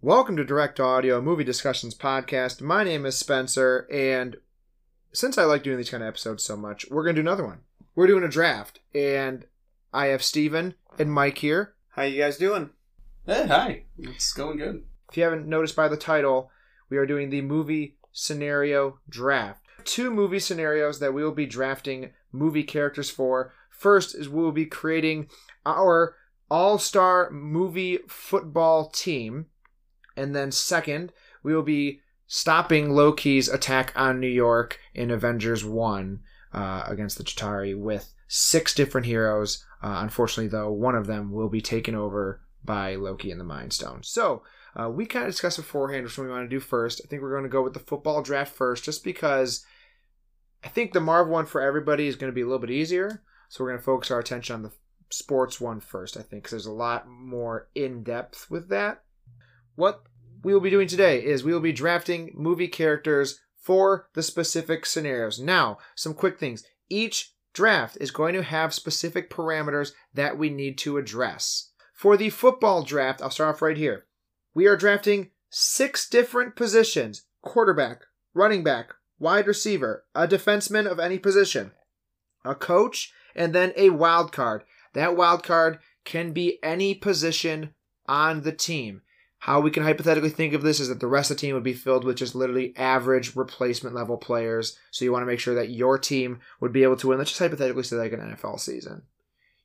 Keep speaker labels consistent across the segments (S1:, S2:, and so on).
S1: Welcome to Direct Audio Movie Discussions Podcast. My name is Spencer, and since I like doing these kind of episodes so much, we're going to do another one. We're doing a draft, and I have Steven and Mike here.
S2: How you guys doing?
S3: Hey, hi. It's going good.
S1: If you haven't noticed by the title, we are doing the movie scenario draft. Two movie scenarios that we will be drafting movie characters for. First is we will be creating our all star movie football team. And then, second, we will be stopping Loki's attack on New York in Avengers 1 uh, against the Chitari with six different heroes. Uh, unfortunately, though, one of them will be taken over by Loki and the Mind Stone. So, uh, we kind of discussed beforehand which one we want to do first. I think we're going to go with the football draft first, just because I think the Marvel one for everybody is going to be a little bit easier. So, we're going to focus our attention on the sports one first, I think, because there's a lot more in depth with that. What we will be doing today is we will be drafting movie characters for the specific scenarios. Now, some quick things. Each draft is going to have specific parameters that we need to address. For the football draft, I'll start off right here. We are drafting six different positions quarterback, running back, wide receiver, a defenseman of any position, a coach, and then a wild card. That wild card can be any position on the team. How we can hypothetically think of this is that the rest of the team would be filled with just literally average replacement level players. So you want to make sure that your team would be able to win. Let's just hypothetically say like an NFL season.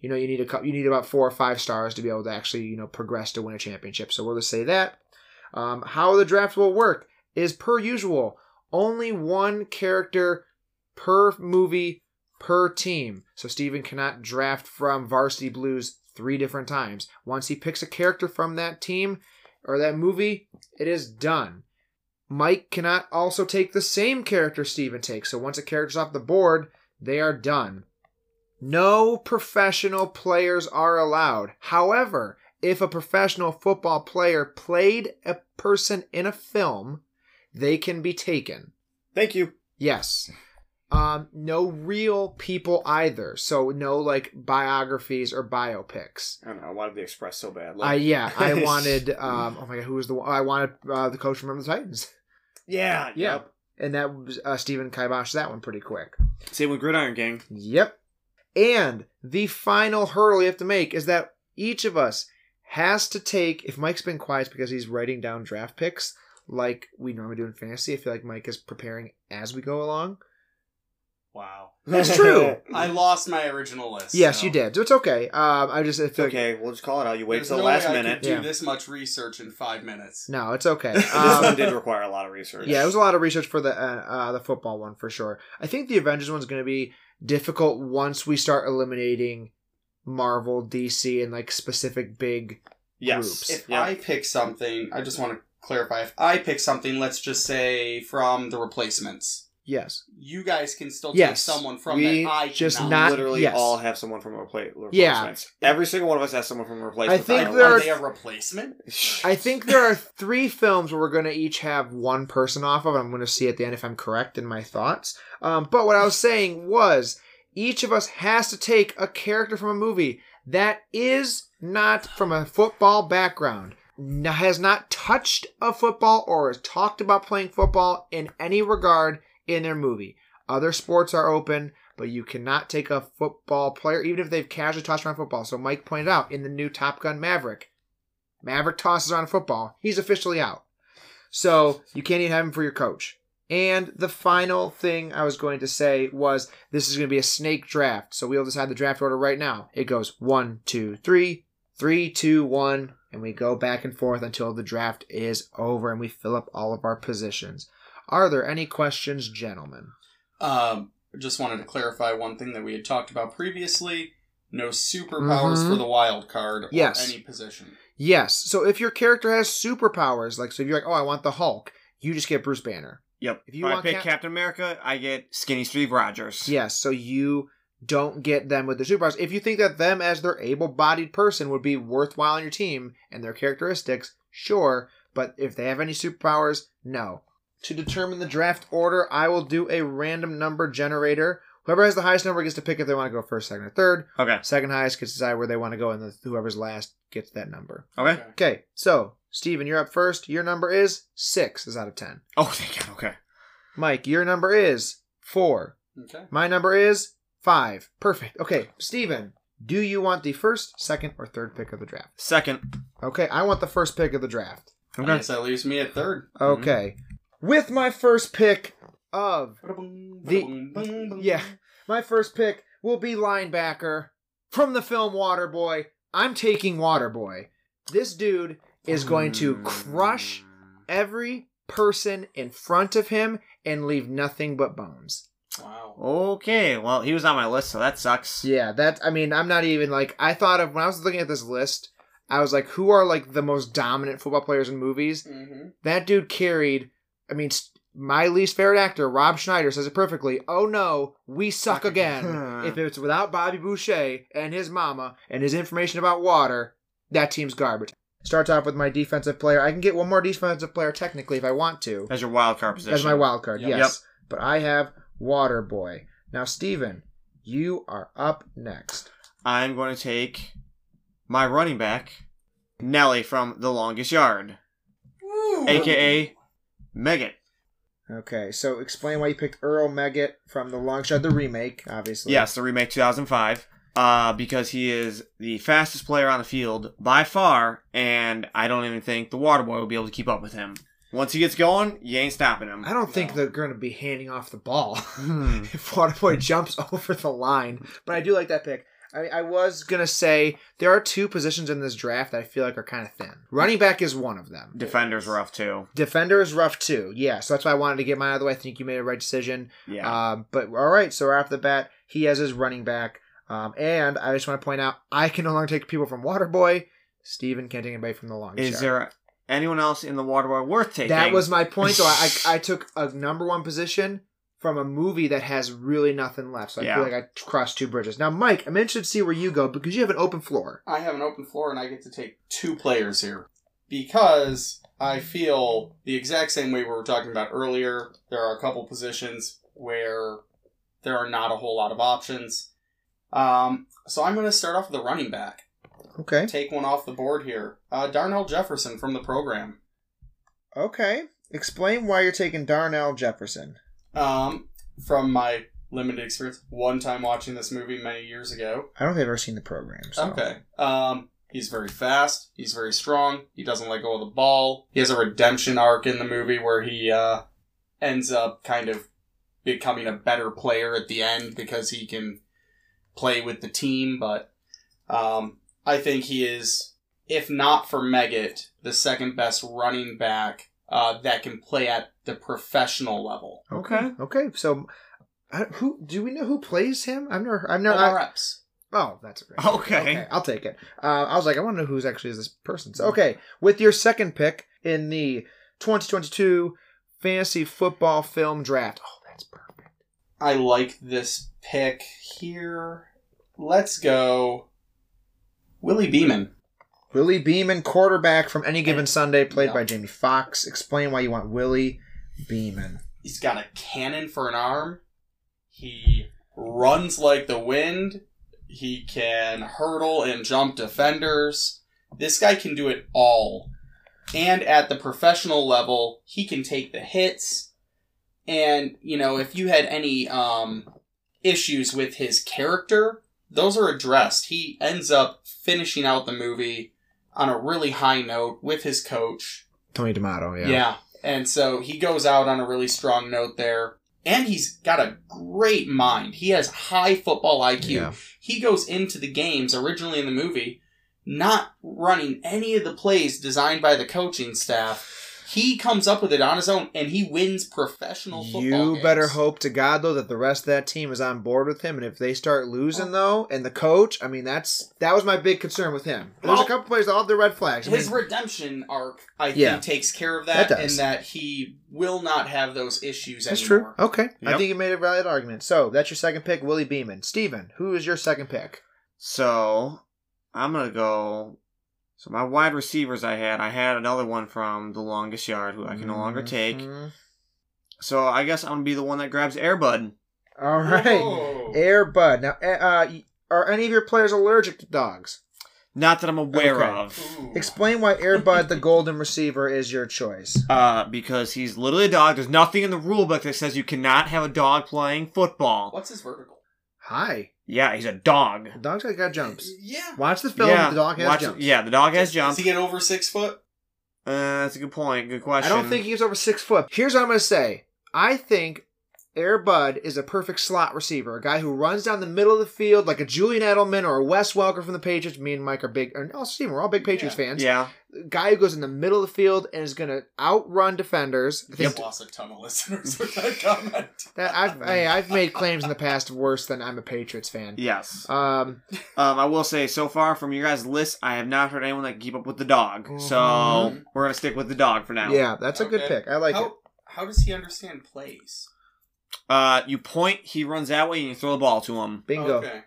S1: You know, you need a cou- you need about four or five stars to be able to actually you know progress to win a championship. So we'll just say that. Um, how the draft will work is per usual. Only one character per movie per team. So Steven cannot draft from Varsity Blues three different times. Once he picks a character from that team or that movie, it is done. Mike cannot also take the same character Steven takes. So once a character's off the board, they are done. No professional players are allowed. However, if a professional football player played a person in a film, they can be taken.
S2: Thank you.
S1: Yes. Um, no real people either. So no like biographies or biopics.
S2: I don't know. I wanted the Express so bad.
S1: I yeah, I wanted um oh my god, who was the one? I wanted uh, the coach from Remember the Titans.
S2: Yeah.
S1: Yeah.
S2: Yep.
S1: And that was uh, Stephen Kibosh that one pretty quick.
S2: Same with Gridiron Gang.
S1: Yep. And the final hurdle you have to make is that each of us has to take if Mike's been quiet it's because he's writing down draft picks like we normally do in fantasy. I feel like Mike is preparing as we go along.
S3: Wow.
S1: That's true.
S3: I lost my original list.
S1: Yes,
S3: so
S1: you did. So it's okay. Um, I just I
S2: It's
S1: feel like-
S2: okay. We'll just call it out. You wait
S3: there's
S2: till the
S3: no
S2: last
S3: way I
S2: minute.
S3: Could do
S1: Yeah.
S3: this much research in five minutes.
S1: No, it's okay.
S2: this one
S1: Um,
S2: did require a lot of research.
S1: yeah, it was a lot of research for the uh, uh, the football one for sure. I think the Avengers one's going to be difficult once we start eliminating Marvel, DC, and like specific big.
S2: yes.
S1: groups.
S3: If
S2: Yeah.
S3: I pick something, I just want to clarify. If I pick something, let's just say from the replacements,
S1: Yes.
S3: you guys can still
S1: Yes.
S3: take someone from
S2: We
S3: that. I
S1: just
S3: cannot.
S1: not-
S2: literally
S1: yes.
S2: all have someone from a repla- replacement.
S1: Yeah.
S2: Every single one of us has someone from a replacement.
S1: I think
S2: don't
S1: there
S3: are
S1: are-
S2: like
S3: they a replacement?
S2: it.
S1: I think there are three films where we're going to each have one person off of. I'm going to see at the end if I'm correct in my thoughts. Um, but what I was saying was each of us has to take a character from a movie that is not from a football background, n- has not touched a football or has talked about playing football in any regard in their movie. Other sports are open, but you cannot take a football player, even if they've casually tossed around football. So Mike pointed out in the new Top Gun Maverick, Maverick tosses on football, he's officially out. So you can't even have him for your coach. And the final thing I was going to say was this is going to be a snake draft. So we'll decide the draft order right now. It goes one, two, three, three, two, one, and we go back and forth until the draft is over and we fill up all of our positions. Are there any questions, gentlemen?
S3: Um, just wanted to clarify one thing that we had talked about previously. No superpowers
S1: Mhm.
S3: for the wild card. Or
S1: Yes.
S3: Any position.
S1: Yes. So if your character has superpowers, like so if you're like, oh, I want the Hulk, you just get Bruce Banner.
S2: Yep.
S1: If you
S2: I
S1: want
S2: pick
S1: Cap-
S2: Captain America, I get Skinny Steve Rogers.
S1: Yes, so you don't get them with their superpowers. If you think that them as their able-bodied person would be worthwhile on your team and their characteristics, sure, but if they have any superpowers, no. To determine the draft order, I will do a random number generator Whoever has the highest number gets to pick if they want to go first, second, or third.
S2: Okay.
S1: Second highest gets to decide where they want to go, and the, whoever's last gets that number.
S2: Okay.
S1: Okay, so Steven, you're up first. Your number is six is out of ten.
S2: Oh, thank God. Okay.
S1: Mike, your number is four.
S3: Okay.
S1: My number is five. Perfect. Okay, Steven, do you want the first, second, or third pick of the draft?
S2: Second.
S1: Okay, I want the first pick of the draft.
S3: I guess that leaves me at third.
S1: Okay. With my first pick of yeah, my first pick will be linebacker from the film Waterboy. I'm taking Waterboy. This dude is going to
S4: Mm.
S1: crush
S2: Mm,
S1: every person in front of him and leave nothing but bones.
S3: Wow.
S2: Okay. Well, he was on my list, so that sucks.
S1: Yeah, that I mean, I'm not even like I thought of when I was looking at this list, I was like who are like the most dominant football players in movies?
S3: Mm-hmm.
S1: That dude carried. I mean, s- my least favorite actor, Rob Schneider, says it perfectly. Oh no, we suck
S2: Suck
S1: again.
S2: again.
S1: if it's without Bobby Boucher and his mama and his information about water, that team's garbage. Starts off with my defensive player. I can get one more defensive player technically if I want to.
S2: That's your wild card position.
S1: As my wild card,
S3: Yep.
S1: yes. But I have Water Boy. Now, Steven, you are up next.
S2: I'm going to take my running back, Nelly from The Longest Yard, aka Megan.
S1: Okay, so explain why you picked Earl Meggett from the Long Shot, the remake, obviously.
S2: Yes, the remake 2005. Uh, because he is the fastest player on the field by far, and I don't even think the Waterboy will be able to keep up with him. Once he gets going, you ain't stopping him.
S1: I don't think
S3: No.
S1: they're going to be handing off the ball.
S2: Hmm.
S1: if Waterboy jumps over the line. But I do like that pick. I, I was going to say there are two positions in this draft that I feel like are kind of thin. Running back is one of them.
S2: Defenders are rough too.
S1: Defender is rough too. Yeah, so that's why I wanted to get mine out of the way. I think you made a right decision.
S2: Yeah.
S1: Um, but all right, so right off the bat, he has his running back. Um, and I just want to point out, I can no longer take people from Waterboy. Steven can't take anybody from the long
S2: is
S1: shot.
S2: there anyone else in the Waterboy worth taking?
S1: That was my point. So I, I I took a number one position from a movie that has really nothing left. So I
S2: Yeah.
S1: feel like I crossed two bridges. Now, Mike, I'm interested to see where you go because you have an open floor.
S3: I have an open floor and I get to take two players here because I feel the exact same way we were talking about earlier. There are a couple positions where there are not a whole lot of options. Um, so I'm going to start off with the running back.
S1: Okay.
S3: Take one off the board here. Uh, Darnell Jefferson from the program.
S1: Okay. Explain why you're taking Darnell Jefferson.
S3: Um, from my limited experience, one time watching this movie many years ago.
S1: I don't think I've ever seen the program.
S3: Okay. Um, he's very fast. He's very strong. He doesn't let go of the ball. He has a redemption arc in the movie where he uh, ends up kind of becoming a better player at the end because he can play with the team. But um, I think he is, if not for Meggett, the second best running back uh, that can play at the professional level.
S2: Okay.
S1: Okay. So, I, who do we know who plays him? I've never. I've never.
S3: All
S1: I,
S3: reps.
S1: oh, that's great.
S2: Okay.
S1: Okay, I'll take it. Uh, I was like, I want to know who's actually this person. So, okay, with your second pick in the 2022 fantasy football film draft. Oh, that's perfect.
S3: I like this pick here. Let's go. Willie Beeman.
S1: Willie Beeman, quarterback from Any Given Sunday, played
S3: Yeah.
S1: by Jamie Foxx. Explain why you want Willie Beeman.
S3: He's got a cannon for an arm. He runs like the wind. He can hurdle and jump defenders. This guy can do it all. And at the professional level, he can take the hits. And, you know, if you had any um, issues with his character, those are addressed. He ends up finishing out the movie on a really high note with his coach.
S1: Tony D'Amato, yeah.
S3: Yeah. And so he goes out on a really strong note there. And he's got a great mind. He has high football IQ.
S1: Yeah.
S3: He goes into the games originally in the movie not running any of the plays designed by the coaching staff. He comes up with it on his own and he wins professional football.
S1: You
S3: games.
S1: better hope to God though that the rest of that team is on board with him, and if they start
S3: Oh.
S1: losing though, and the coach, I mean, that's that was my big concern with him. There's a
S3: Well-
S1: couple players that all have their red flags. I mean,
S3: His redemption arc, I think,
S1: Yeah.
S3: takes care of that,
S1: That
S3: and
S1: does.
S3: that he will not have those issues
S1: That's
S3: anymore.
S1: true. Okay. I
S2: Yep.
S1: think you made a valid argument. So that's your second pick, Willie Beeman. Steven, who is your second pick?
S2: So I'm gonna go. So my wide receivers I had, I had another one from the longest yard who I can no longer take.
S1: Mhm.
S2: So I guess I'm gonna be the one that grabs Airbud.
S1: All right.
S3: Whoa.
S1: Air Bud. Now, eh, uh, y- are any of your players allergic to dogs?
S4: Not that I'm aware
S1: Okay.
S4: of.
S3: Ooh.
S1: Explain why Air Bud, the golden receiver, is your choice.
S4: Uh, because he's literally a dog. There's nothing in the rule book that says you cannot have a dog playing football.
S3: What's his vertical?
S1: Hi.
S4: Yeah, he's a dog.
S1: The dog's got jumps.
S3: Yeah.
S1: Watch the film.
S4: yeah,
S1: the dog has
S4: watch-
S1: jumps.
S4: Yeah, the dog has
S3: Does
S4: jumps.
S3: he get over six foot?
S4: Uh, that's a good point. Good
S1: I
S4: question.
S1: don't think he's over six foot. Here's what I'm going to say. I think Air Bud is a perfect slot receiver, a guy who runs down the middle of the field like a Julian Edelman or a Wes Welker from the Patriots. Me and Mike are big, and also Steven, we're all big Patriots fans.
S4: Yeah,
S1: Guy who goes in the middle of the field and is going to outrun defenders. I think
S3: He's lost a ton of listeners with that comment.
S1: that I've, hey, I've made claims in the past worse than I'm a Patriots fan.
S4: yes.
S1: Um,
S4: Um, I will say, so far from your guys' list, I have not heard anyone that can keep up with the dog. So
S1: Mhm.
S4: we're gonna stick with the dog for now.
S1: yeah, that's a good
S3: Okay.
S1: pick. I like it.
S3: how, how does he understand plays?
S4: Uh, you point, he runs that way, and you throw the ball to him.
S1: Bingo.
S3: Okay.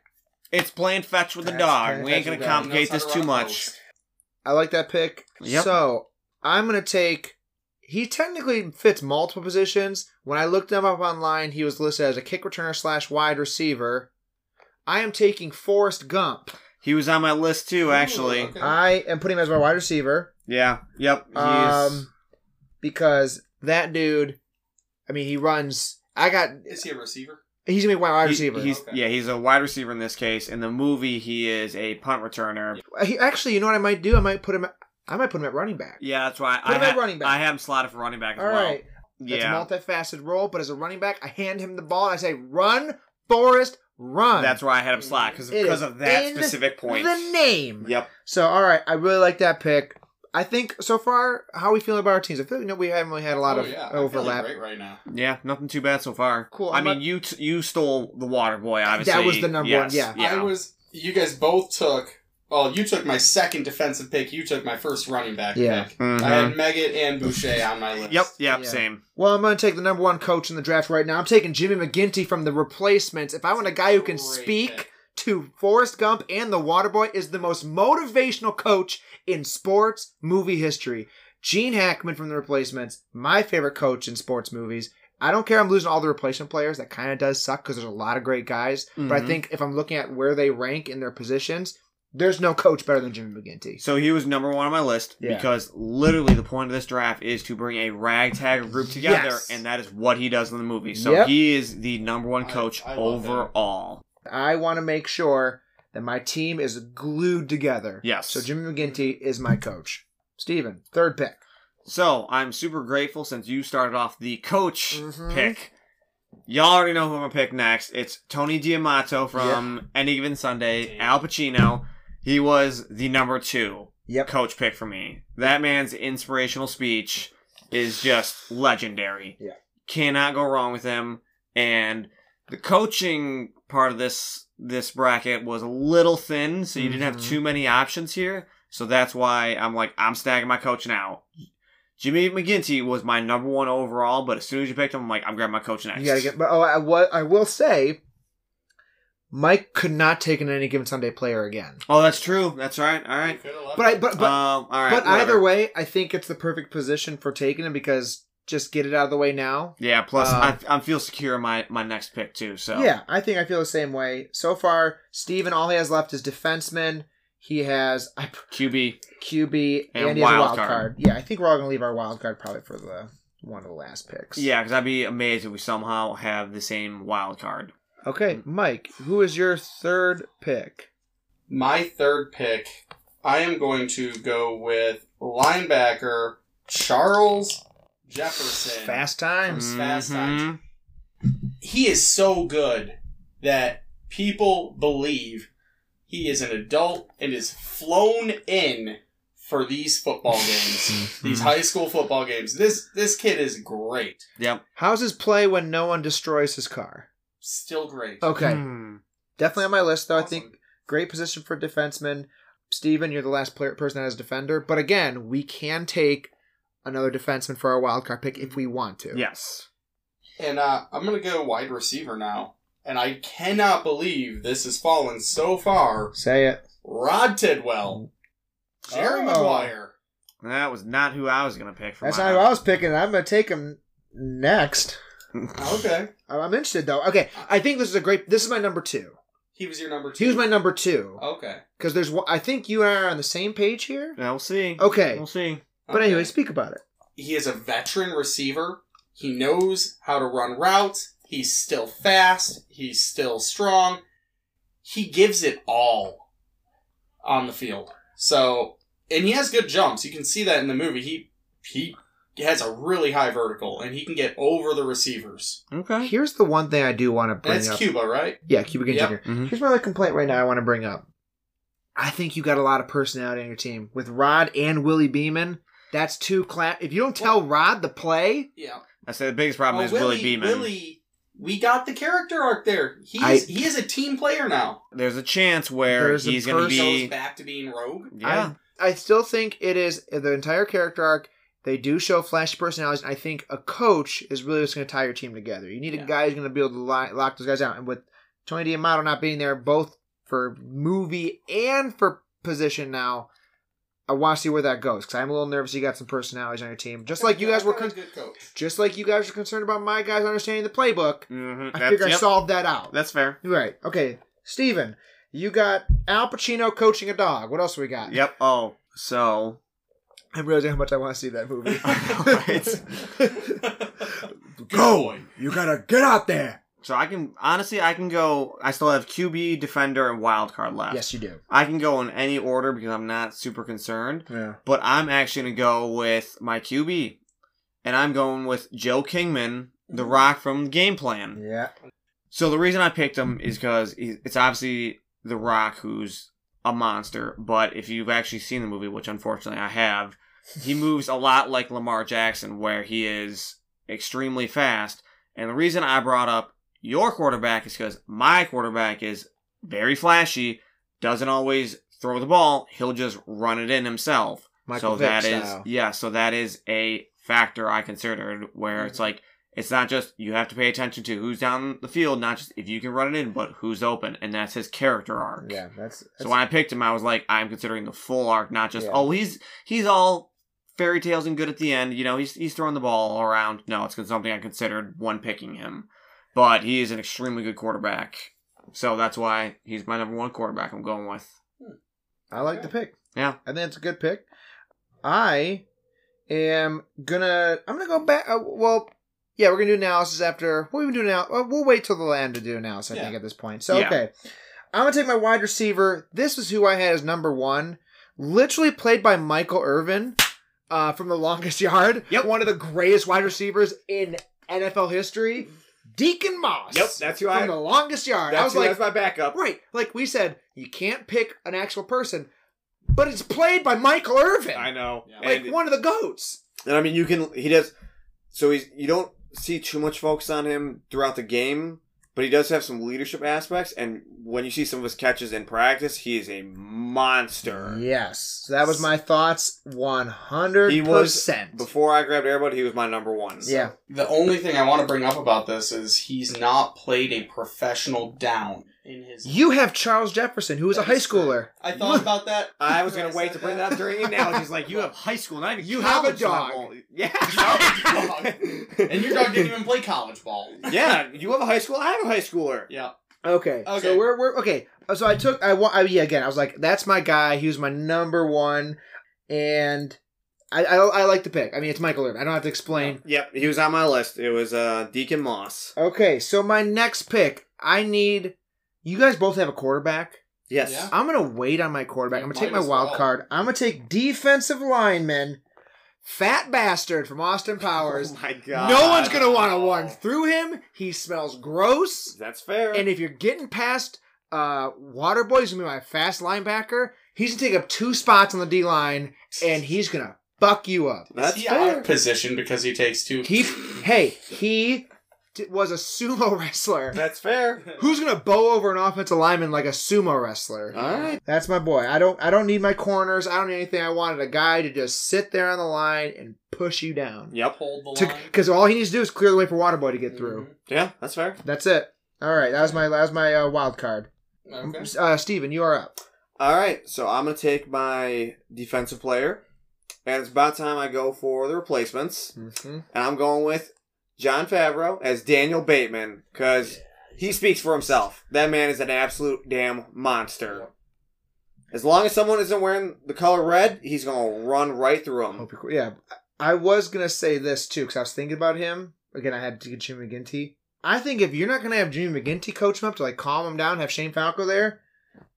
S4: It's playing fetch with the
S1: That's
S4: dog.
S1: playing
S4: We
S1: fetch
S4: ain't gonna
S1: with the
S3: He
S1: dog.
S3: knows
S4: complicate
S3: how to
S4: this too
S3: run
S4: much.
S3: those.
S1: I like that pick.
S4: Yep.
S1: So I'm gonna take. He technically fits multiple positions. When I looked him up online, he was listed as a kick returner slash wide receiver. I am taking Forrest Gump.
S4: He was on my list too,
S3: Ooh,
S4: actually.
S3: okay.
S1: I am putting him as my wide receiver.
S4: Yeah. Yep. He's
S1: Um, because that dude, I mean, he runs. I got.
S3: Is he a receiver?
S1: He's gonna be my wide
S4: he-
S1: receiver.
S4: he's
S3: Okay.
S4: yeah, he's a wide receiver in this case. In the movie, he is a punt returner. Yeah,
S1: he, actually, you know what I might do? I might put him. at- I might put him at running back.
S4: that's why
S1: Put
S4: I
S1: him at
S4: ha-
S1: running back.
S4: I have him slotted for running back as
S1: All
S4: well.
S1: right. That's
S4: Yeah,
S1: a multifaceted role, but as a running back, I hand him the ball and I say, "Run, Forrest, run."
S4: that's why I had him slot because
S1: It is
S4: of that
S1: in
S4: specific point.
S1: the name.
S4: Yep.
S1: So, all right, I really like that pick. I think so far, how are we feeling about our teams? I feel like no, we haven't really had a lot
S3: Oh,
S1: of
S3: yeah. I'm feeling
S1: overlap.
S3: Great right now.
S4: Yeah, nothing too bad so far.
S1: Cool,
S4: I
S1: I'm
S4: mean,
S1: not-
S4: you t- you stole the water boy, obviously.
S1: was the number one,
S4: Yes,
S1: yeah.
S3: I was. You guys both took. Well, you took my second defensive pick. You took my first running back
S1: Yeah.
S3: pick.
S4: Mhm.
S3: I had Meggett and Boucher on my list.
S4: Yep. Yep.
S1: Yeah.
S4: Same.
S1: Well, I'm going to take the number one coach in the draft right now. I'm taking Jimmy McGinty from the replacements. If I want a guy who can
S3: Great
S1: speak
S3: pick.
S1: to Forrest Gump and the Waterboy, is the most motivational coach in sports movie history. Gene Hackman from the replacements, my favorite coach in sports movies. I don't care. I'm losing all the replacement players. That kind of does suck because there's a lot of great guys. But I
S4: Mhm.
S1: think if I'm looking at where they rank in their positions, there's no coach better than Jimmy McGinty.
S4: So he was number one on my list
S1: Yeah.
S4: because literally the point of this draft is to bring a ragtag group together,
S1: Yes.
S4: and that is what he does in the movie. So
S1: Yep.
S4: he is the number one
S3: I-
S4: coach
S3: I love that.
S4: overall.
S1: I want to make sure that my team is glued together.
S4: Yes.
S1: So Jimmy McGinty is my coach. Steven, third pick.
S4: So I'm super grateful since you started off the coach
S1: Mhm.
S4: pick. Y'all already know who I'm gonna pick next. It's Tony D'Amato from Any Given Sunday.
S3: Damn.
S4: Al Pacino. He was the number two
S1: Yep.
S4: coach pick for me. That man's inspirational speech is just legendary.
S1: Yeah.
S4: Cannot go wrong with him. And the coaching part of this this bracket was a little thin, so you didn't have
S1: Mhm.
S4: too many options here. So that's why I'm like, I'm snagging my coach now. Jimmy McGinty was my number one overall, but as soon as you picked him, I'm like, I'm grabbing my coach next.
S1: You gotta get. But oh, I, what I will say, Mike could not take an any given Sunday player again.
S4: oh, that's true. That's right. All right.
S3: Could have left
S1: But I
S3: him.
S1: but but,
S4: um, all right.
S1: but either
S4: whatever.
S1: way, I think it's the perfect position for taking him because just get it out of the way now.
S4: Yeah. Plus,
S1: Uh,
S4: I, I feel secure in my my next pick too. So
S1: Yeah, I think I feel the same way. So far, Steven, all he has left is defenseman. He has I,
S4: QB.
S1: QB and,
S4: And
S1: he has a
S4: wild
S1: wild card.
S4: card.
S1: Yeah, I think we're all gonna leave our wild card probably for the one of the last picks.
S4: Yeah, because I'd be amazed if we somehow have the same wild card.
S1: Okay, Mike, who is your third pick?
S3: my third pick, I am going to go with linebacker Charles Jefferson.
S1: Fast times.
S3: From Fast
S4: Mhm.
S3: Times. He is so good that people believe he is an adult and is flown in for these football games,
S4: Mm-hmm.
S1: Hmm.
S3: these high school football games. This this kid is great.
S4: Yep.
S1: How's his play when no one destroys his car?
S3: Still great.
S1: Okay.
S4: Hmm.
S1: Definitely on my list, though. I
S3: Awesome.
S1: think great position for defenseman. Steven, you're the last player, person that has defender. But again, we can take another defenseman for our wild card pick if we want to.
S4: Yes.
S3: And uh, I'm going to go wide receiver now. And I cannot believe this has fallen so far.
S1: Say it.
S3: Rod Tidwell. Jerry
S1: Oh.
S3: Maguire.
S4: That was not who I was gonna pick for
S1: That's
S4: my.
S1: not who I was picking. I'm going to take him next.
S3: Okay.
S1: I'm I'm interested though. Okay, I think this is a great. This is my number two.
S3: He was your number two.
S1: He was my number two
S3: Okay.
S1: because there's. one- I think you and I are on the same page here.
S4: Yeah, we'll see.
S1: Okay,
S4: We'll see.
S1: but
S3: Okay.
S1: anyway, speak about it.
S3: he is a veteran receiver. He knows how to run routes. He's still fast. He's still strong. He gives it all on the field. So, and he has good jumps. You can see that in the movie. He he has a really high vertical, and he can get over the receivers.
S4: Okay.
S1: Here's the one thing I do want to
S3: And
S1: bring
S3: it's
S1: up.
S3: Cuba, right?
S1: Yeah, Cuba Gooding
S3: Yep.
S1: Jr.
S4: Mhm.
S1: Here's my other complaint right now I want to bring up. I think you got a lot of personality on your team with Rod and Willie Beeman. That's too cla If you don't tell Rod the play,
S3: Yeah.
S4: I said the biggest problem
S3: Well,
S4: is Willie Beeman.
S3: Oh, Willie, we got the character arc there. He's
S1: I-
S3: he is a team player now.
S4: There's a chance where
S1: There's a
S4: he's going to
S1: person-
S4: be.
S3: Goes back to being rogue.
S4: Yeah.
S1: I still think it is uh, the entire character arc. They do show flashy personalities. And I think a coach is really what's going to tie your team together. You need
S3: Yeah.
S1: a guy who's going to be able to lock, lock those guys out. And with Tony D'Amato not being there, both for movie and for position now, I want to see where that goes because I'm a little nervous. You got some personalities on your team, just like you guys were.
S3: He's
S1: Con-
S3: a good coach.
S1: just like you guys are concerned about my guys understanding the playbook,
S4: Mhm.
S1: I
S4: That's,
S1: figure I
S4: yep.
S1: solved that out.
S4: That's fair.
S1: right. Okay. Steven, you got Al Pacino coaching a dog. What else we got?
S4: Yep. Oh, so
S1: I'm realizing how much I want to see that movie.
S3: Go!
S1: You gotta get out there!
S4: So I can honestly, I can go. I still have QB, defender, and wild card left.
S1: Yes, you do.
S4: I can go in any order because I'm not super concerned.
S1: Yeah.
S4: But I'm actually gonna go with my QB, and I'm going with Joe Kingman, the Rock from Game Plan.
S1: Yeah.
S4: So the reason I picked him is because it's obviously the Rock who's a monster. But if you've actually seen the movie, which unfortunately I have, he moves a lot like Lamar Jackson, where he is extremely fast. And the reason I brought up your quarterback is because my quarterback is very flashy, doesn't always throw the ball, he'll just run it in himself.
S1: Michael
S4: so
S1: Vick
S4: that is
S1: style.
S4: yeah, so that is a factor I considered where it's
S1: Mm-hmm.
S4: like it's not just you have to pay attention to who's down the field, not just if you can run it in, but who's open, and that's his character arc.
S1: Yeah, that's. that's
S4: So when I picked him, I was like, I'm considering the full arc, not just
S1: Yeah.
S4: oh he's he's all fairy tales and good at the end. You know, he's he's throwing the ball all around. No, it's something I considered when picking him, but he is an extremely good quarterback. So that's why he's my number one quarterback. I'm going with.
S1: I like the pick.
S4: Yeah.
S1: I think it's a good pick. I am gonna. I'm gonna go back. Uh, well, yeah, we're gonna do analysis after. What we do now? Well, we'll wait till the end to do analysis. I
S3: Yeah.
S1: think at this point. So
S4: Yeah.
S1: okay, I'm gonna take my wide receiver. This is who I had as number one. Literally played by Michael Irvin uh, from The Longest Yard.
S4: Yep.
S1: One of the greatest wide receivers in NFL history. Deacon Moss.
S4: that's who
S1: From The Longest Yard. I was like,
S4: my backup.
S1: Right. Like we said, you can't pick an actual person, but it's played by Michael Irvin.
S4: I know.
S3: Yeah.
S1: Like
S4: And,
S1: one of the goats.
S4: and I mean, you can. He does. So he's. You don't see too much focus on him throughout the game, but he does have some leadership aspects. And when you see some of his catches in practice, he is a monster.
S1: Yes. So that was my thoughts 100%.
S4: He was Before I grabbed Airbud, he was my number one.
S1: yeah.
S3: The only thing I want to bring up about this is he's not played a professional down in his.
S1: You have Charles Jefferson, who was a high schooler.
S3: I thought about that.
S4: I was gonna
S3: after I
S4: wait to
S3: said
S4: bring that up during analogies. Like you have high school, not even
S1: You have a
S4: college
S1: dog.
S4: level. Yeah,
S3: have And your dog didn't even play college ball.
S4: yeah, you have a high school. I have a high schooler.
S3: Yeah.
S1: Okay.
S3: Okay.
S1: So we're we're okay. Uh, So I took I want I, yeah again I was like that's my guy. He was my number one, and I I, I like the pick. I mean it's Michael Irvin. I don't have to explain.
S4: Yep, he was on my list. It was uh, Deacon Moss.
S1: Okay. So my next pick I need. You guys both have a quarterback.
S4: Yes.
S3: Yeah.
S1: I'm gonna wait on my quarterback.
S3: Yeah,
S1: I'm gonna
S3: might
S1: take my
S3: as
S1: wild
S3: well.
S1: card. I'm gonna take defensive lineman, fat bastard from Austin Powers.
S4: Oh my god.
S1: no one's gonna want to run through him. He smells gross.
S4: That's fair.
S1: And if you're getting past uh, Waterboy, he's gonna be my fast linebacker. He's gonna take up two spots on the D line, and he's gonna buck you up.
S4: That's
S3: Is he out
S4: fair.
S3: of position because he takes two.
S1: He, hey, he d- was a sumo wrestler.
S4: That's fair.
S1: Who's gonna bow over an offensive lineman like a sumo wrestler?
S4: All right.
S1: That's my boy. I don't I don't need my corners. I don't need anything. I wanted a guy to just sit there on the line and push you down.
S4: Yep.
S3: Hold the line. Mm-hmm.
S1: Because all he needs to do is clear the way for Waterboy to get through.
S4: Yeah, that's fair.
S1: That's it. All right, that was my that was my uh, wild card.
S3: Mhm. Okay.
S1: Uh, Steven, you are up.
S5: All right, so I'm gonna take my defensive player, and it's about time I go for the replacements,
S1: Mm-hmm.
S5: and I'm going with
S4: John Favreau as Daniel Bateman because he speaks for himself. That man is an absolute damn monster. As long as someone isn't wearing the color red, he's gonna run right through them.
S1: Hope you're cool. Yeah, I I was gonna say this too because I was thinking about him again. I had to get Jimmy McGinty. I think if you're not gonna have Jimmy McGinty coach him up to like calm him down, have Shane Falco there,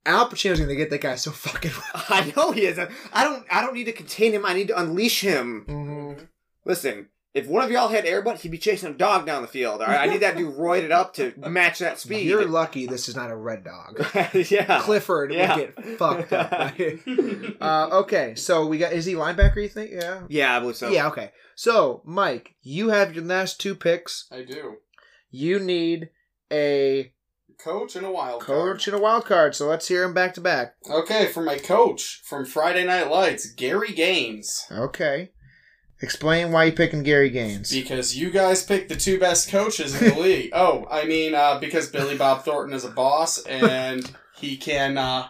S1: Al Pacino's gonna get that guy so fucking.
S4: I know he is. I don't. I don't need to contain him. I need to unleash him. Listen, if one of y'all had airbud, he'd be chasing a dog down the field. All right, I need that dude roided up to match that speed.
S1: You're lucky this is not a red dog.
S4: yeah.
S1: Clifford
S4: Yeah.
S1: would get fucked up. right?
S4: Mm-hmm.
S1: uh, okay, so we got is he linebacker? You think? Yeah.
S4: Yeah, I believe so.
S1: Yeah. Okay. So Mike, you have your last two picks.
S3: I do.
S1: You need a
S3: Coach and a wild card.
S1: coach and a wild card. So let's hear them back to back.
S3: Okay, for my coach from Friday Night Lights, Gary Gaines.
S1: Okay. Explain why you're picking Gary Gaines.
S3: Because you guys picked the two best coaches in the league. Oh, I mean, uh, because Billy Bob Thornton is a boss and he can uh,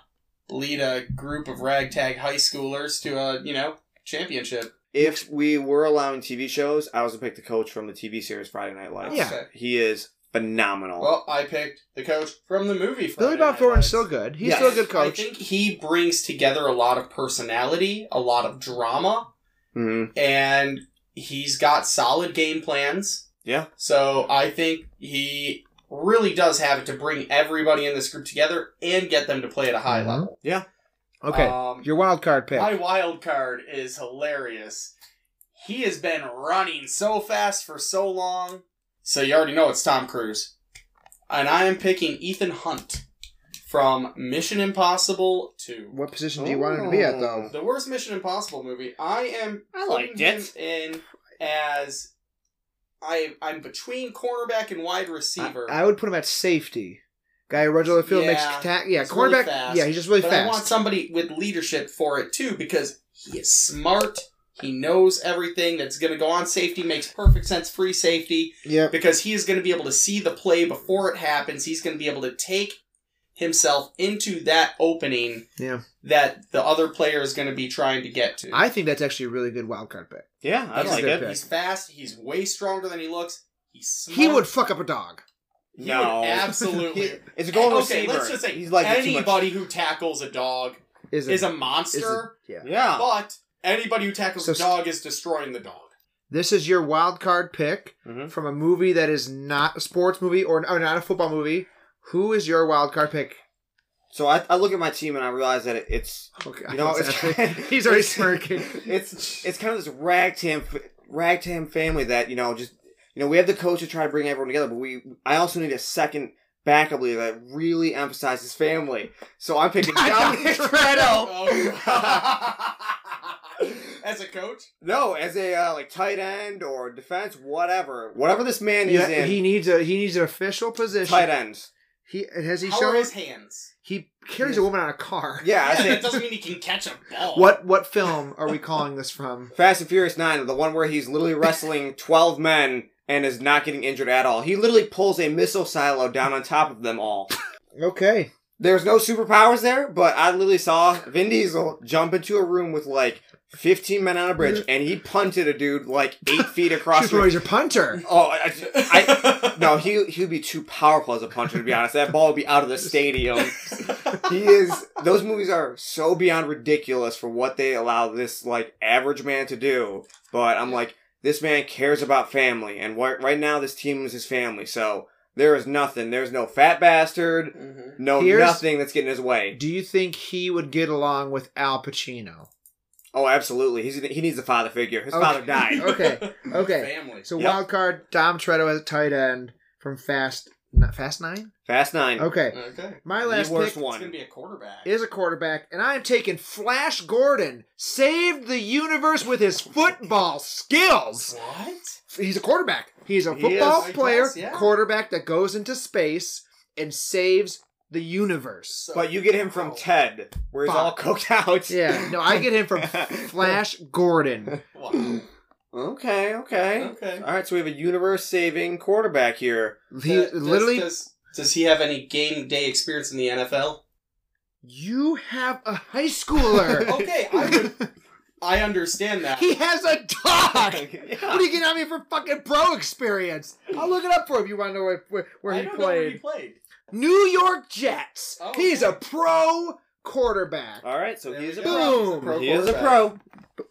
S3: lead a group of ragtag high schoolers to a, you know, championship.
S4: If we were allowing TV shows, I was gonna pick the coach from the TV series Friday Night Lights.
S1: Yeah.
S3: Okay.
S4: He is phenomenal.
S3: Well, I picked the coach from the movie. Friday
S1: Billy Bob
S3: Night
S1: Thornton's
S3: Lights.
S1: still good. He's
S4: Yes.
S1: still a good
S3: I
S1: coach.
S3: think he brings together a lot of personality, a lot of drama,
S4: hmm
S3: and he's got solid game plans.
S4: Yeah.
S3: So I think he really does have it to bring everybody in this group together and get them to play at a high
S1: Mhm.
S3: level.
S1: Okay.
S3: Um,
S1: your wild card pick.
S3: my wild card is hilarious. He has been running so fast for so long. So you already know it's Tom Cruise. And I am picking Ethan Hunt from Mission Impossible 2.
S1: what position do you want him to be at though?
S3: Oh, The worst Mission Impossible movie. I am.
S4: I liked
S3: putting him
S4: it.
S3: In as I I'm between cornerback and wide receiver.
S1: I, I would put him at safety. Guy who runs over the field, makes
S3: Yeah.
S1: tack. Yeah,
S3: He's really
S1: cornerback.
S3: fast.
S1: yeah, he's just really
S3: but I want
S1: fast.
S3: somebody with leadership for it too because he is smart. He knows everything that's going to go on. Safety makes perfect sense. Free safety
S1: Yep.
S3: because he is going to be able to see the play before it happens. He's going to be able to take himself into that opening
S1: Yeah.
S3: that the other player is going to be trying to get to.
S1: I think that's actually a really good wild card pick.
S4: Yeah, I
S1: That's
S4: like
S1: a good
S4: it.
S1: pick.
S3: He's fast. He's way stronger than he looks. He's smart.
S1: He would fuck up a dog.
S3: He
S4: No.
S3: would
S4: He,
S3: absolutely.
S4: it's a goal
S3: okay,
S4: receiver.
S3: let's just say
S4: he's like
S3: anybody who tackles a dog
S1: Is
S3: is a
S1: is a-
S3: monster,
S1: yeah.
S4: Yeah.
S3: but anybody who tackles
S1: So
S3: a dog is destroying the dog.
S1: This is your wild card pick
S4: Mhm.
S1: from a movie that is not a sports movie or, or not a football movie. Who is your wild card pick?
S4: So I, I look at my team and I realize that it, it's
S1: Okay,
S4: you know it's,
S1: he's already
S4: it's-
S1: smirking.
S4: It's it's kind of this ragtag f- ragtag family that you know just you know we have the coach to try to bring everyone together, but we I also need a second backup leader that really emphasizes family. So I'm picking John Fredo.
S3: Oh. As a coach,
S4: No, as a uh, like tight end or defense, whatever, whatever this man is
S1: Yeah,
S4: in,
S1: he needs a he needs an official
S4: tight
S1: position.
S4: ends.
S1: He has he
S3: how
S1: shown
S3: are his hands?
S1: he carries a woman on a car.
S4: Yeah, I
S3: Yeah,
S4: say
S3: that doesn't mean he can catch a ball.
S1: What what film are we calling this from?
S4: Fast and Furious Nine, the one where he's literally wrestling twelve men and is not getting injured at all. He literally pulls a missile silo down on top of them all.
S1: Okay,
S4: There's no superpowers there, but I literally saw Vin Diesel jump into a room with like 15 men on a bridge, and he punted a dude like eight feet across.
S1: Just know
S4: the
S1: he's a punter.
S4: Oh, I, I- no, he he'd be too powerful as a puncher to be honest. That ball would be out of the stadium. He is. Those movies are so beyond ridiculous for what they allow this like average man to do. But I'm like, this man cares about family, and wh- right now this team is his family. So there is nothing. There's no fat bastard.
S3: Mhm.
S4: No,
S1: Here's-
S4: nothing that's getting in his way.
S1: Do you think he would get along with Al Pacino?
S4: Oh, absolutely. He's he needs a father figure. His
S1: Okay.
S4: father died.
S1: Okay, okay.
S3: Family.
S1: So
S4: Yep.
S1: wild card Dom Treader as a tight end from Fast not Fast Nine.
S4: Fast nine.
S1: Okay,
S3: Okay.
S1: my
S4: The
S1: last
S4: worst
S1: pick
S3: It's gonna
S4: one.
S3: be a quarterback.
S1: is a quarterback, and I am taking Flash Gordon. Saved the universe with his football skills.
S3: what?
S1: He's a quarterback. He's a
S4: He
S1: football
S4: is,
S3: I
S1: player,
S3: guess, yeah.
S1: quarterback that goes into space and saves the universe.
S3: So-
S4: But you get him from
S3: Wow.
S4: Ted, where he's all coked out.
S1: Yeah, no, I get him from Flash Gordon.
S3: Wow.
S4: Okay, okay.
S3: Okay.
S4: All right, so we have a universe-saving quarterback here.
S1: He
S3: Does-
S1: literally,
S3: Does, does he have any game day experience in the NFL?
S1: you have a high schooler.
S3: Okay, Oh, I would. I understand that.
S1: He has a dog. What are
S4: Yeah.
S1: you getting on me for fucking pro experience? I'll look it up for him. You want to know where, where, where
S3: I
S1: he
S3: don't know where he
S1: played?
S3: played.
S1: New York Jets.
S3: Oh,
S1: He's
S3: okay.
S1: a pro quarterback.
S4: All right, so
S3: There
S4: he's
S3: we
S4: a
S3: go.
S4: pro.
S1: Boom.
S3: He's
S4: He is a
S3: quarterback.
S4: pro.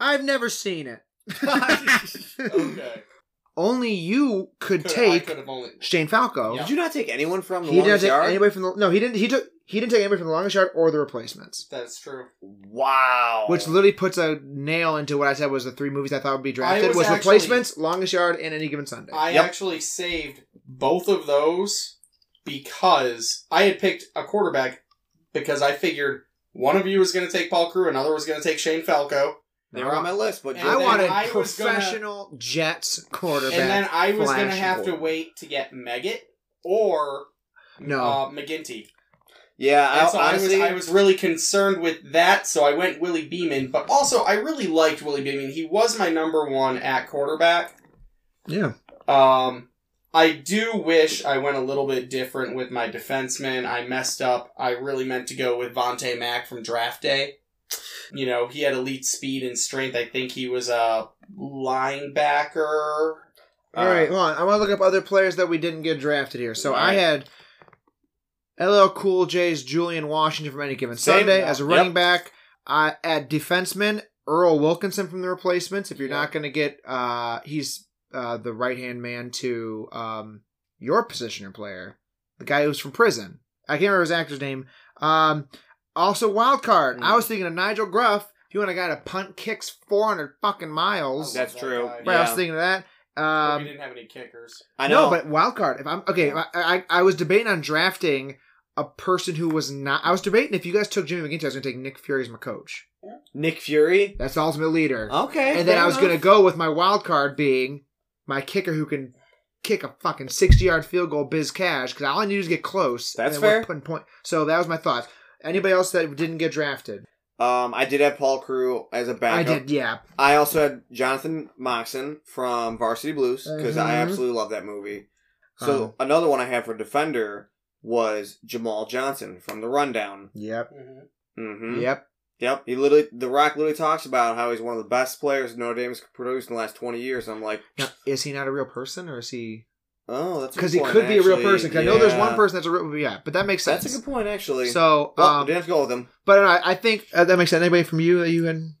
S1: I've never seen it.
S3: Okay.
S1: Only you could
S3: Could- I
S1: take
S3: could have only.
S1: Shane Falco.
S3: Yeah.
S4: Did you not take anyone from the
S1: He didn't
S4: longest
S1: take
S4: yard?
S1: anybody from the no. He didn't. He took. He didn't take anybody from the longest yard or the replacements,
S3: That's true.
S4: Wow.
S1: which
S3: Oh.
S1: literally puts a nail into what I said was the three movies I thought would be drafted
S3: was
S1: was,
S3: actually-
S1: replacements, longest yard, and any given Sunday.
S3: I
S4: Yep.
S3: actually saved both of those because I had picked a quarterback because I figured one of you was going to take Paul Crew, another was going to take Shane Falco,
S4: they were on my list, but
S3: And
S1: I
S4: Jordan-
S3: then
S1: wanted
S3: I was gonna-
S1: professional Jets quarterback.
S3: and then I was going to
S1: Flash
S3: have to
S1: Gordon.
S3: wait to get Meggett or
S1: No.
S4: Oh,
S3: uh, McGinty.
S4: yeah, I,
S3: And so
S4: honestly,
S3: I was I was really concerned with that, so I went Willie Beeman. But also, I really liked Willie Beeman. He was my number one at quarterback.
S1: yeah,
S3: Um, I do wish I went a little bit different with my defenseman. I messed up. I really meant to go with Vontae Mack from draft day. You know, he had elite speed and strength. I think he was a linebacker.
S1: all
S4: uh,
S1: right. Hold on, I want to look up other players that we didn't get drafted here. So I
S3: Alright.
S1: had LL Cool J's Julian Washington from any given
S4: Same.
S1: Sunday as a
S4: Yep.
S1: running back. I at defenseman Earl Wilkinson from the replacements. If you're not going to get, uh, he's uh, the right hand man to um, your positioner player, the guy who's from prison. I can't remember his actor's name. Um, also wild card. I
S4: Mm.
S1: was thinking of Nigel Gruff. If you want a guy to punt kicks 400 fucking miles.
S4: that's
S3: that
S4: true.
S3: guy.
S1: Right, I was thinking of that.
S3: Well, we
S1: Um,
S3: didn't have any kickers.
S4: I know,
S1: no, but wild card. If I'm okay, I, I I was debating on drafting a person who was not. I was debating if you guys took Jimmy McGinty, I was going to take Nick Fury as my coach.
S4: Nick Fury.
S1: That's the ultimate leader.
S4: Oh, Okay,
S1: and then
S4: fair
S1: I was going to
S4: enough.
S1: go with my wild card being my kicker who can kick a fucking sixty yard field goal, Biz Cash, because all I need is get close.
S4: That's
S1: and then we're
S4: fair.
S1: Putting point. So that was my thoughts. Anybody else that didn't get drafted?
S4: Um, I did have Paul Crew as a backup.
S1: I did. Yeah.
S4: I also had Jonathan Moxon from Varsity Blues because I
S1: Mhm.
S4: absolutely love that movie. So
S1: Um.
S4: another one I have for defender was Jamal Johnson from The Rundown.
S1: Yep.
S4: Mm-hmm.
S1: Yep.
S4: Yep. He literally, The Rock literally talks about how he's one of the best players Notre Dame's produced in the last twenty years. I'm like,
S1: Now, is he not a real person or is he?
S4: oh, that's a
S1: Because
S4: good
S1: he
S4: point,
S1: could be a real
S4: actually.
S1: person. 'cause I know there's one
S4: Yeah.
S1: person that's a real. Yeah, but that makes sense.
S4: That's a good point, actually.
S1: So,
S4: well,
S1: um,
S4: didn't have to go with him.
S1: but I, I think uh, that makes sense. Anybody from you that you had, didn't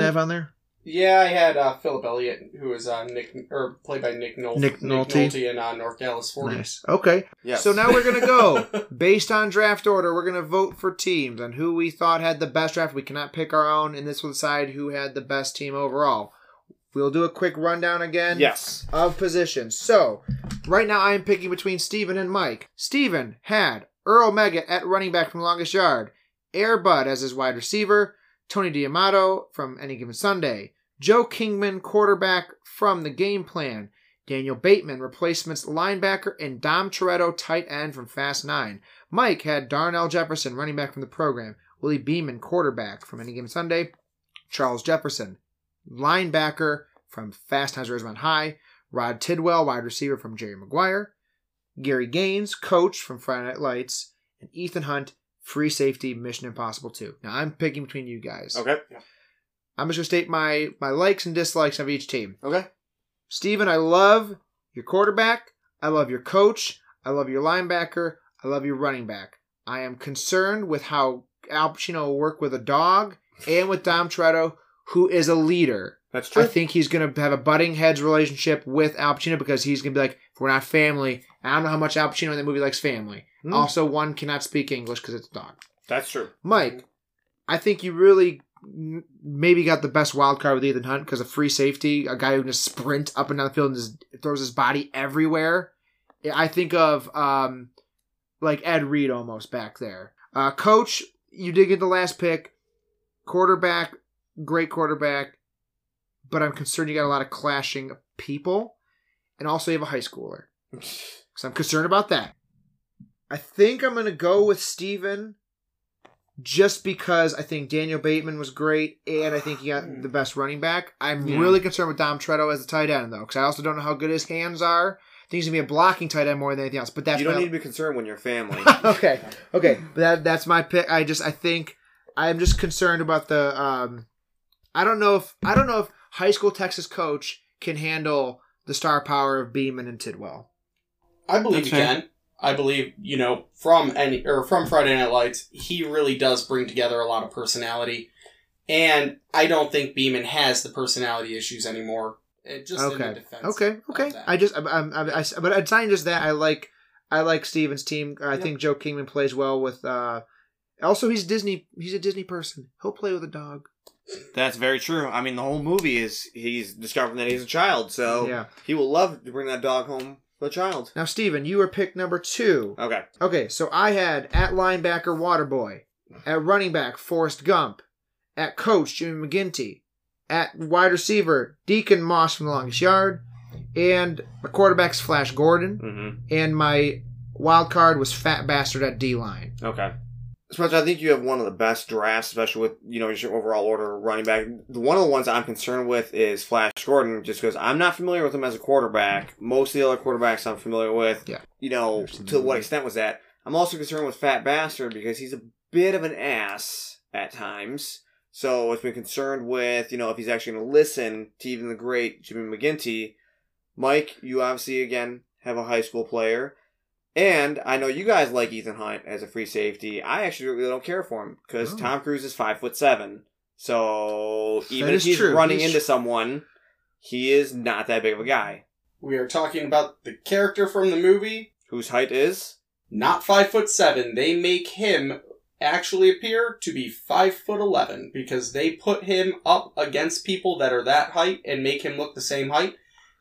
S1: have
S3: Um,
S1: on there?
S3: yeah, I had uh, Philip Elliott, who was uh, Nick or played by Nick Nolte,
S1: Nick Nolte.
S3: in uh, North Dallas Forty.
S1: Nice. Okay.
S4: Yes.
S1: So now we're gonna go based on draft order. We're gonna vote for teams and who we thought had the best draft. We cannot pick our own, and this will decide who had the best team overall. We'll do a quick rundown again
S4: yes.
S1: of positions. So, right now I am picking between Steven and Mike. Steven had Earl Meggett at running back from longest yard, Airbud as his wide receiver, Tony D'Amato from any given Sunday, Joe Kingman quarterback from the game plan, Daniel Bateman replacements linebacker, and Dom Toretto tight end from Fast Nine. Mike had Darnell Jefferson running back from the program, Willie Beeman quarterback from any given Sunday, Charles Jefferson linebacker from Fast Times at Ridgemont High, Rod Tidwell, wide receiver from Jerry Maguire, Gary Gaines, coach from Friday Night Lights, and Ethan Hunt, free safety, Mission Impossible 2. Now I'm picking between you guys.
S4: Okay.
S1: I'm just gonna state my my likes and dislikes of each team.
S4: Okay.
S1: Steven, I love your quarterback. I love your coach. I love your linebacker. I love your running back. I am concerned with how Al Pacino will work with a dog and with Dom Toretto, who is a leader.
S4: That's true.
S1: I think he's going to have a butting heads relationship with Al Pacino because he's going to be like, if we're not family, and I don't know how much Al Pacino in the movie likes family.
S4: Hmm.
S1: Also, one cannot speak English because it's a dog.
S4: That's true.
S1: Mike, I think you really m- maybe got the best wild card with Ethan Hunt because a free safety, a guy who can just sprint up and down the field and just throws his body everywhere. Yeah, I think of um, like Ed Reed almost back there. Uh, coach, you did get the last pick. Quarterback, great quarterback, but I'm concerned you got a lot of clashing of people, and also you have a high schooler. So I'm concerned about that. I think I'm going to go with Steven just because I think Daniel Bateman was great and I think he got the best running back. I'm
S2: Yeah.
S1: really concerned with Dom Tretto as a tight end, though, because I also don't know how good his hands are. I think he's going to be a blocking tight end more than anything else. But that's
S4: you don't
S1: my-
S4: need to be concerned when you're family.
S1: okay. Okay. But that that's my pick. I just I think I'm just concerned about the um I don't know if I don't know if high school Texas coach can handle the star power of Beeman and Tidwell.
S3: I believe
S2: That's
S3: he
S2: fair.
S3: can. I believe you know from any or from Friday Night Lights, he really does bring together a lot of personality, and I don't think Beeman has the personality issues anymore. It just in the
S1: Okay.
S3: defense.
S1: Okay,
S3: of
S1: okay.
S3: that.
S1: I just, I, I, I, I- but it's not just that. I like, I like Steven's team. I
S3: Yep.
S1: think Joe Kingman plays well with. uh Also, he's Disney. He's a Disney person. He'll play with a dog.
S4: That's very true. I mean, the whole movie is he's discovering that he's a child, so
S1: Yeah.
S4: he will love to bring that dog home for the child.
S1: Now, Steven, you were pick number two.
S4: Okay.
S1: Okay, so I had at linebacker Waterboy, at running back Forrest Gump, at coach Jimmy McGinty, at wide receiver Deacon Moss from the longest yard, and my quarterback's Flash Gordon,
S4: Mm-hmm.
S1: and my wild card was Fat Bastard at D line.
S4: Okay. Spencer, I think you have one of the best drafts, especially with you know your overall order of running back. One of the ones I'm concerned with is Flash Gordon, just because I'm not familiar with him as a quarterback. Most of the other quarterbacks I'm familiar with,
S1: Yeah.
S4: you know,
S1: Interesting.
S4: to what extent was that? I'm also concerned with Fat Bastard because he's a bit of an ass at times. So it's been concerned with you know if he's actually going to listen to even the great Jimmy McGinty. Mike, you obviously again have a high school player. And I know you guys like Ethan Hunt as a free safety. I actually really don't care for him because
S1: Oh.
S4: Tom Cruise is five foot seven. So even
S1: That
S4: if
S1: is
S4: he's
S1: true.
S4: running
S1: He's-
S4: into someone, he is not that big of a guy.
S3: We are talking about the character from the movie,
S4: Whose height is?
S3: not five foot seven. They make him actually appear to be five foot eleven because they put him up against people that are that height and make him look the same height.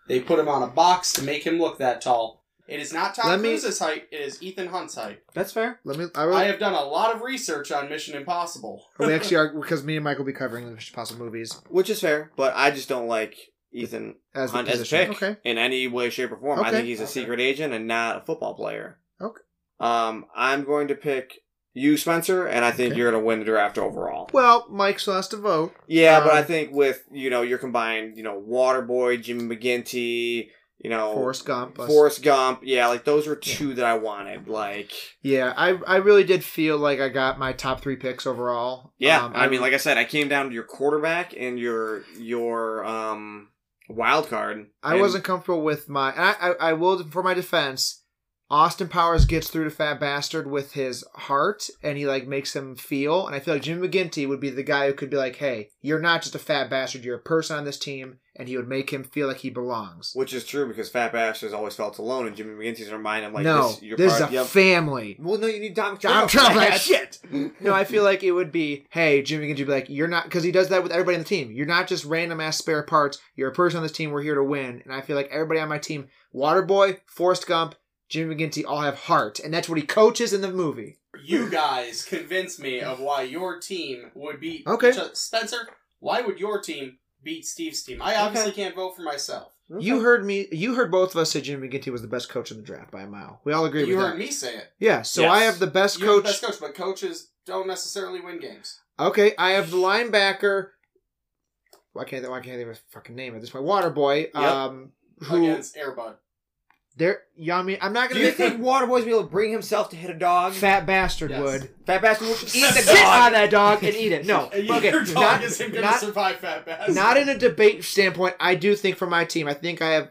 S3: They put him on a box to make him look that tall. It is not Tom
S1: Let me-
S3: Cruise's height. It is Ethan Hunt's height.
S4: That's fair.
S1: Let me. I, will,
S3: I have done a lot of research on Mission Impossible.
S1: we actually are because me and Mike will be covering the Mission Impossible movies
S4: Which is fair, but I just don't like Ethan
S1: as the
S4: Hunt as a
S1: position.
S4: pick
S1: Okay.
S4: in any way, shape, or form. I
S1: Okay.
S4: think he's a
S3: Okay.
S4: secret agent and not a football player.
S1: Okay.
S4: Um, I'm going to pick you, Spencer, and I think
S1: Okay.
S4: you're going to win the draft overall.
S1: Well, Mike still has to vote.
S4: Yeah, but
S1: Um,
S4: I think with you know your combined you know Waterboy, Jimmy McGinty, you know
S1: Forrest
S4: Forrest,
S1: Gump. us-
S4: Gump, yeah, like those were two that I wanted. Like,
S1: Yeah, I I really did feel like I got my top three picks overall.
S4: yeah,
S1: Um,
S4: I, mean, like I said, I came down to your quarterback and your your um wild card.
S1: I
S4: and-
S1: wasn't comfortable with my. and I, I I will for my defense. Austin Powers gets through to Fat Bastard with his heart, and he like makes him feel. And I feel like Jimmy McGinty would be the guy who could be like, "Hey, you're not just a fat bastard. You're a person on this team," and he would make him feel like he belongs.
S4: which is true because Fat Bastard's always felt alone, and Jimmy McGinty's reminding him like
S1: no,
S4: this,
S1: this,
S4: you're
S1: is
S4: part,
S1: a
S4: yep.
S1: family.
S4: Well, no, you need Dom.
S1: I'm trying like shit. No, I feel like it would be, hey, Jimmy McGinty would be like, you're not, because he does that with everybody on the team. You're not just random ass spare parts. You're a person on this team. We're here to win. And I feel like everybody on my team, Waterboy, Forrest Gump, Jimmy McGinty, all have heart. And that's what he coaches in the movie.
S3: You guys convince me of why your team would beat.
S1: Okay.
S3: Ch- Spencer, why would your team beat Steve's team? I obviously can't vote for myself.
S1: You heard me, you heard both of us say Jimmy McGinty was the best coach in the draft by a mile. We all agree
S3: You
S1: with
S3: heard
S1: that.
S3: me say it.
S1: Yeah, so
S4: Yes.
S1: I have the best
S3: You're
S1: coach.
S3: the best coach, but coaches don't necessarily win games.
S1: Okay, I have the linebacker. Why can't, why can't I think of his fucking name at this point? Waterboy.
S4: Yep.
S1: Um, who,
S3: Against Airbud.
S1: there, yeah, I mean, I'm not
S4: Do
S1: going
S4: you
S1: to
S4: think Waterboy's be able to bring himself to hit a dog? Fat,
S1: Fat bastard
S3: Yes.
S1: would.
S4: Bastard would eat the
S1: Sit
S4: dog.
S1: on that dog and eat it. No, okay,
S3: Your dog
S1: not,
S3: isn't going to
S1: not,
S3: survive Fat Bass.
S1: not in a debate standpoint. I do think for my team, I think I have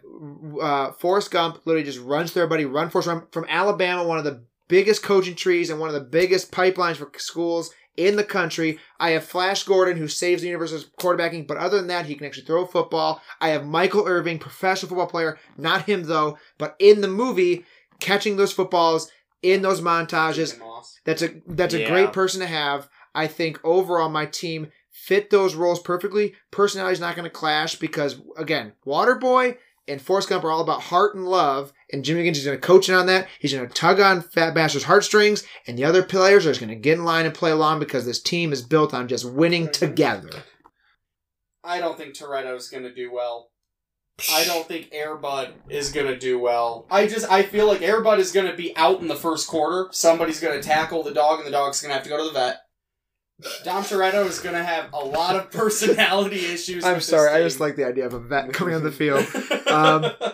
S1: uh, Forrest Gump literally just runs through everybody. Run Forrest Gump from Alabama, one of the biggest coaching trees and one of the biggest pipelines for schools in the country. I have Flash Gordon, who saves the universe as quarterbacking, but other than that, he can actually throw a football. I have Michael Irving, professional football player, not him though, but in the movie, catching those footballs in those montages.
S3: Moss.
S1: That's a that's a
S4: Yeah.
S1: great person to have. I think overall my team fit those roles perfectly. Personality's not going to clash because again, Waterboy and Forrest Gump are all about heart and love, and Jimmy Gibbons is going to coach in on that. He's going to tug on Fat Bastard's heartstrings, and the other players are just going to get in line and play along because this team is built on just winning together.
S3: I don't think Toretto's going to do well. I don't think Airbud is going to do well. I just I feel like Airbud is going to be out in the first quarter. Somebody's going to tackle the dog, and the dog's going to have to go to the vet. Dom Toretto is going to have a lot of personality issues. with this team.
S1: the idea of a vet coming on the field. Um,
S3: Um,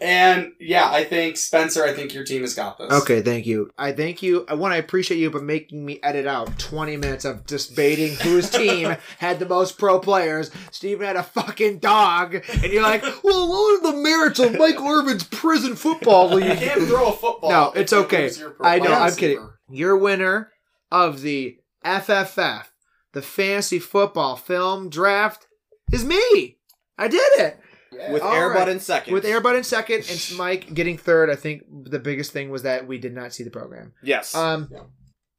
S3: And yeah, I think Spencer, I think your team has got this.
S1: Okay, thank you. I thank you. I want to appreciate you, but making me edit out 20 minutes of debating whose team had the most pro players. Steven had a fucking dog, and you're like, well, what were the merits of Mike Irvin's prison football
S3: You
S1: league?
S3: can't throw a football.
S1: No, it's
S3: if you
S1: okay.
S3: lose your pro
S1: I know,
S3: wide
S1: I'm
S3: receiver.
S1: kidding. Your winner of the FFF, the Fantasy Football Film Draft, is me. I did it.
S3: Yeah.
S4: with
S1: All
S4: Airbud
S1: right.
S4: in second.
S1: With Airbud in second and Mike getting third, I think the biggest thing was that we did not see the program.
S4: Yes.
S1: Um,
S3: Yeah.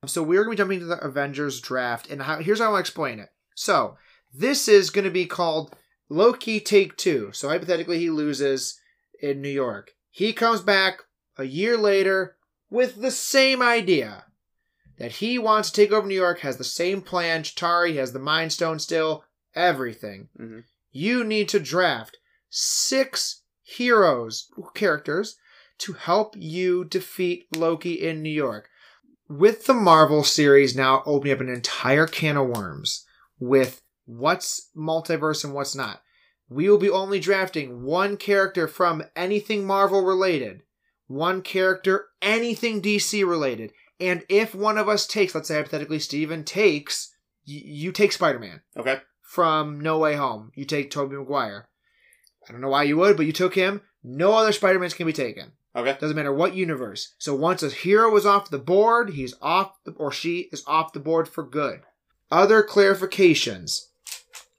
S1: So we're going to be jumping into the Avengers draft, and how, here's how I want to explain it. So this is going to be called Loki Take Two. So hypothetically, he loses in New York. He comes back a year later with the same idea that he wants to take over New York. Has the same plan. Chitari has the Mind Stone still. Everything.
S4: Mhm.
S1: You need to draft six heroes characters to help you defeat Loki in New York with the Marvel series now opening up an entire can of worms with what's multiverse and what's not, we will be only drafting one character from anything Marvel related, one character anything DC related, and if one of us takes, let's say hypothetically Steven takes, y- you take Spider Man
S4: okay.
S1: from No Way Home. You take Tobey Maguire. I don't know why you would, but you took him. No other Spider-Mans can be taken.
S4: Okay.
S1: Doesn't matter what universe. So once a hero is off the board, he's off the, or she is off the board for good. Other clarifications.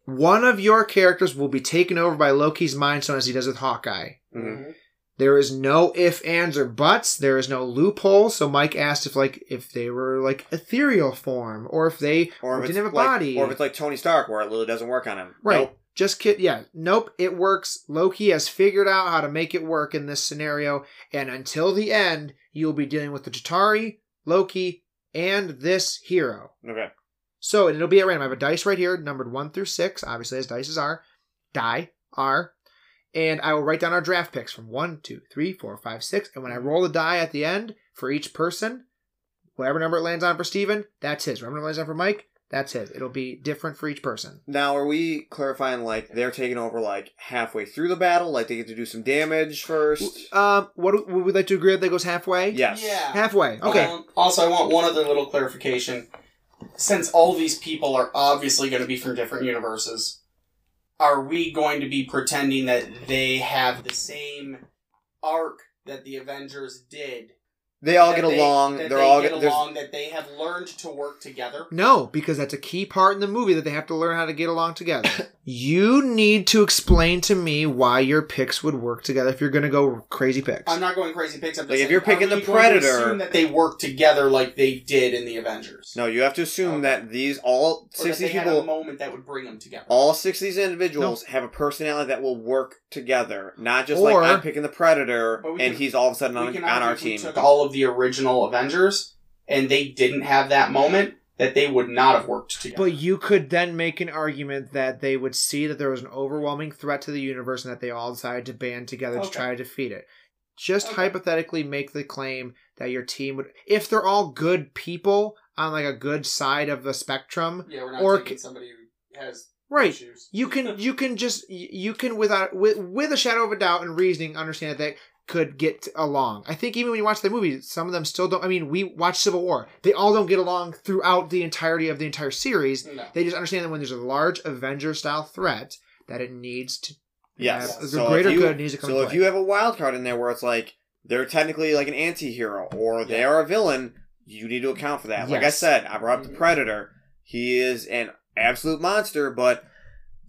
S1: One of your characters will be taken over by Loki's mind stone as he does with Hawkeye.
S3: Mm-hmm.
S4: Mhm.
S1: There is no if, ands, or buts. There is no loophole. So Mike asked if like if they were like ethereal form or if they
S4: Or if
S1: didn't
S4: it's
S1: have a
S4: like,
S1: body.
S4: or if it's like Tony Stark, where it literally doesn't work on him.
S1: Right.
S4: Nope.
S1: Just kid. Yeah. Nope. It works. Loki has figured out how to make it work in this scenario, and until the end, you'll be dealing with the Chitari, Loki, and this hero.
S4: Okay.
S1: So and it'll be at random. I have a dice right here, numbered one through six, obviously as dices are. Die are. And I will write down our draft picks from one, two, three, four, five, six. And when I roll the die at the end for each person, whatever number it lands on for Steven, that's his. Whatever number it lands on for Mike, that's his. It'll be different for each person.
S4: Now, are we clarifying like they're taking over like halfway through the battle, like they get to do some damage first?
S1: Um, what do- would we like to agree that that goes halfway?
S4: Yes.
S3: Yeah.
S1: halfway. Okay,
S3: Um, also, I want one other little clarification. Since all these people are obviously going to be from different universes, are we going to be pretending that they have the same arc that the Avengers did?
S4: They all
S3: That
S4: get
S3: they-
S4: along.
S3: That
S4: They're
S3: they
S4: all
S3: get
S4: get, there's-
S3: along. That they have learned to work together.
S1: no, because that's a key part in the movie that they have to learn how to get along together. you need to explain to me why your picks would work together if you're going to go crazy picks.
S3: I'm not going crazy picks. I'm just
S4: Like, if
S3: saying,
S4: you're
S3: are
S4: picking
S3: we
S4: the
S3: going to
S4: Predator-
S3: assume that they work together like they did in the Avengers.
S4: No, you have to assume
S3: Okay.
S4: that these all
S3: or that
S4: six
S3: they
S4: of these
S3: had a
S4: people,
S3: moment that would bring them together.
S4: all six of these individuals have a personality that will work together, not just
S1: Or-
S4: like I'm picking the predator
S3: But we
S4: and
S3: can-
S4: he's all of a sudden
S3: we
S4: on,
S3: can
S4: on
S3: argue
S4: our
S3: if we
S4: team.
S3: took all of the original Avengers and they didn't have that moment that they would not have worked together.
S1: But you could then make an argument that they would see that there was an overwhelming threat to the universe and that they all decided to band together to
S3: Okay.
S1: try to defeat it. Just
S3: Okay.
S1: hypothetically make the claim that your team would, if they're all good people on like a good side of the spectrum,
S3: yeah, we're not
S1: or
S3: taking
S1: c-
S3: somebody who has
S1: right?
S3: issues.
S1: you can you can just you can without with with a shadow of a doubt and reasoning understand that they could get along. I think even when you watch the movie, some of them still don't. I mean, we watch Civil War; they all don't get along throughout the entirety of the entire series.
S3: No.
S1: They just understand that when there's a large Avenger style threat, that it needs to
S4: Yes.
S1: have- the
S4: so if
S1: greater
S4: you-
S1: good needs to come.
S4: So
S1: to
S4: if
S1: play.
S4: you have a wild card in there where it's like they're technically like an anti-hero or they are a villain, you need to account for that. Like I
S1: Yes.
S4: said, I brought up
S3: Mm-hmm.
S4: the predator. He is an absolute monster, but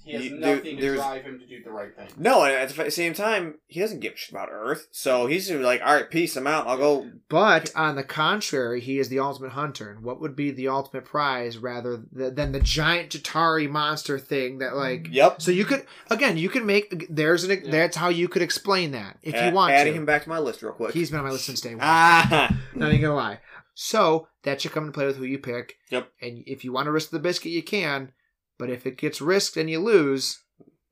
S3: He has
S4: you- there-
S3: nothing to
S4: there's-
S3: drive him to do the right thing.
S4: no, and at the f- same time, he doesn't give a shit about Earth. So he's just like, all right, peace, I'm out. I'll go.
S1: But on the contrary, he is the ultimate hunter. And what would be the ultimate prize rather th- than the giant Jatari monster thing that like?
S4: Yep.
S1: So you could again, you can make there's an
S3: Yeah.
S1: that's how you could explain that if
S4: A-
S1: you want
S4: adding
S1: to.
S4: him back to my list real quick.
S1: He's been on my list since day one.
S4: ah.
S1: Not even gonna lie. So that should come into play with who you pick.
S4: Yep.
S1: And if you want to risk the biscuit, you can. But if it gets risked and you lose,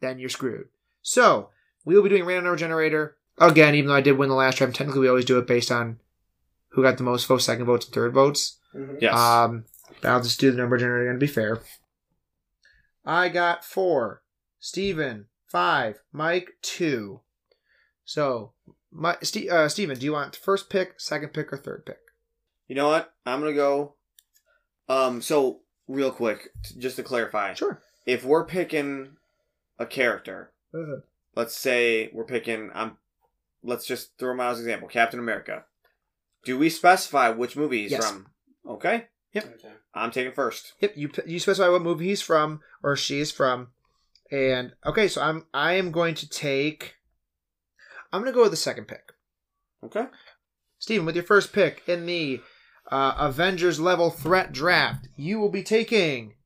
S1: then you're screwed. So we will be doing random number generator again. Even though I did win the last time, technically we always do it based on who got the most votes, second votes, and third votes.
S3: Mhm.
S4: Yes.
S1: Um, but I'll just do the number generator again to be fair. I got four. Steven, five. Mike, two. So, my Ste uh, Steven, do you want first pick, second pick, or third pick?
S4: You know what? I'm gonna go. Um. So real quick, t- just to clarify,
S1: Sure.
S4: if we're picking a character,
S1: Mhm.
S4: let's say we're picking. I'm. Let's just throw him out as an example. Captain America. Do we specify which movie he's
S1: Yes.
S4: from? Okay.
S3: Okay.
S4: I'm taking first.
S1: Yep, you you specify what movie he's from or she is from, and okay, so I'm I am going to take. I'm going to go with the second pick,
S4: Okay.
S1: Steven, with your first pick in the uh, Avengers level threat draft. You will be taking.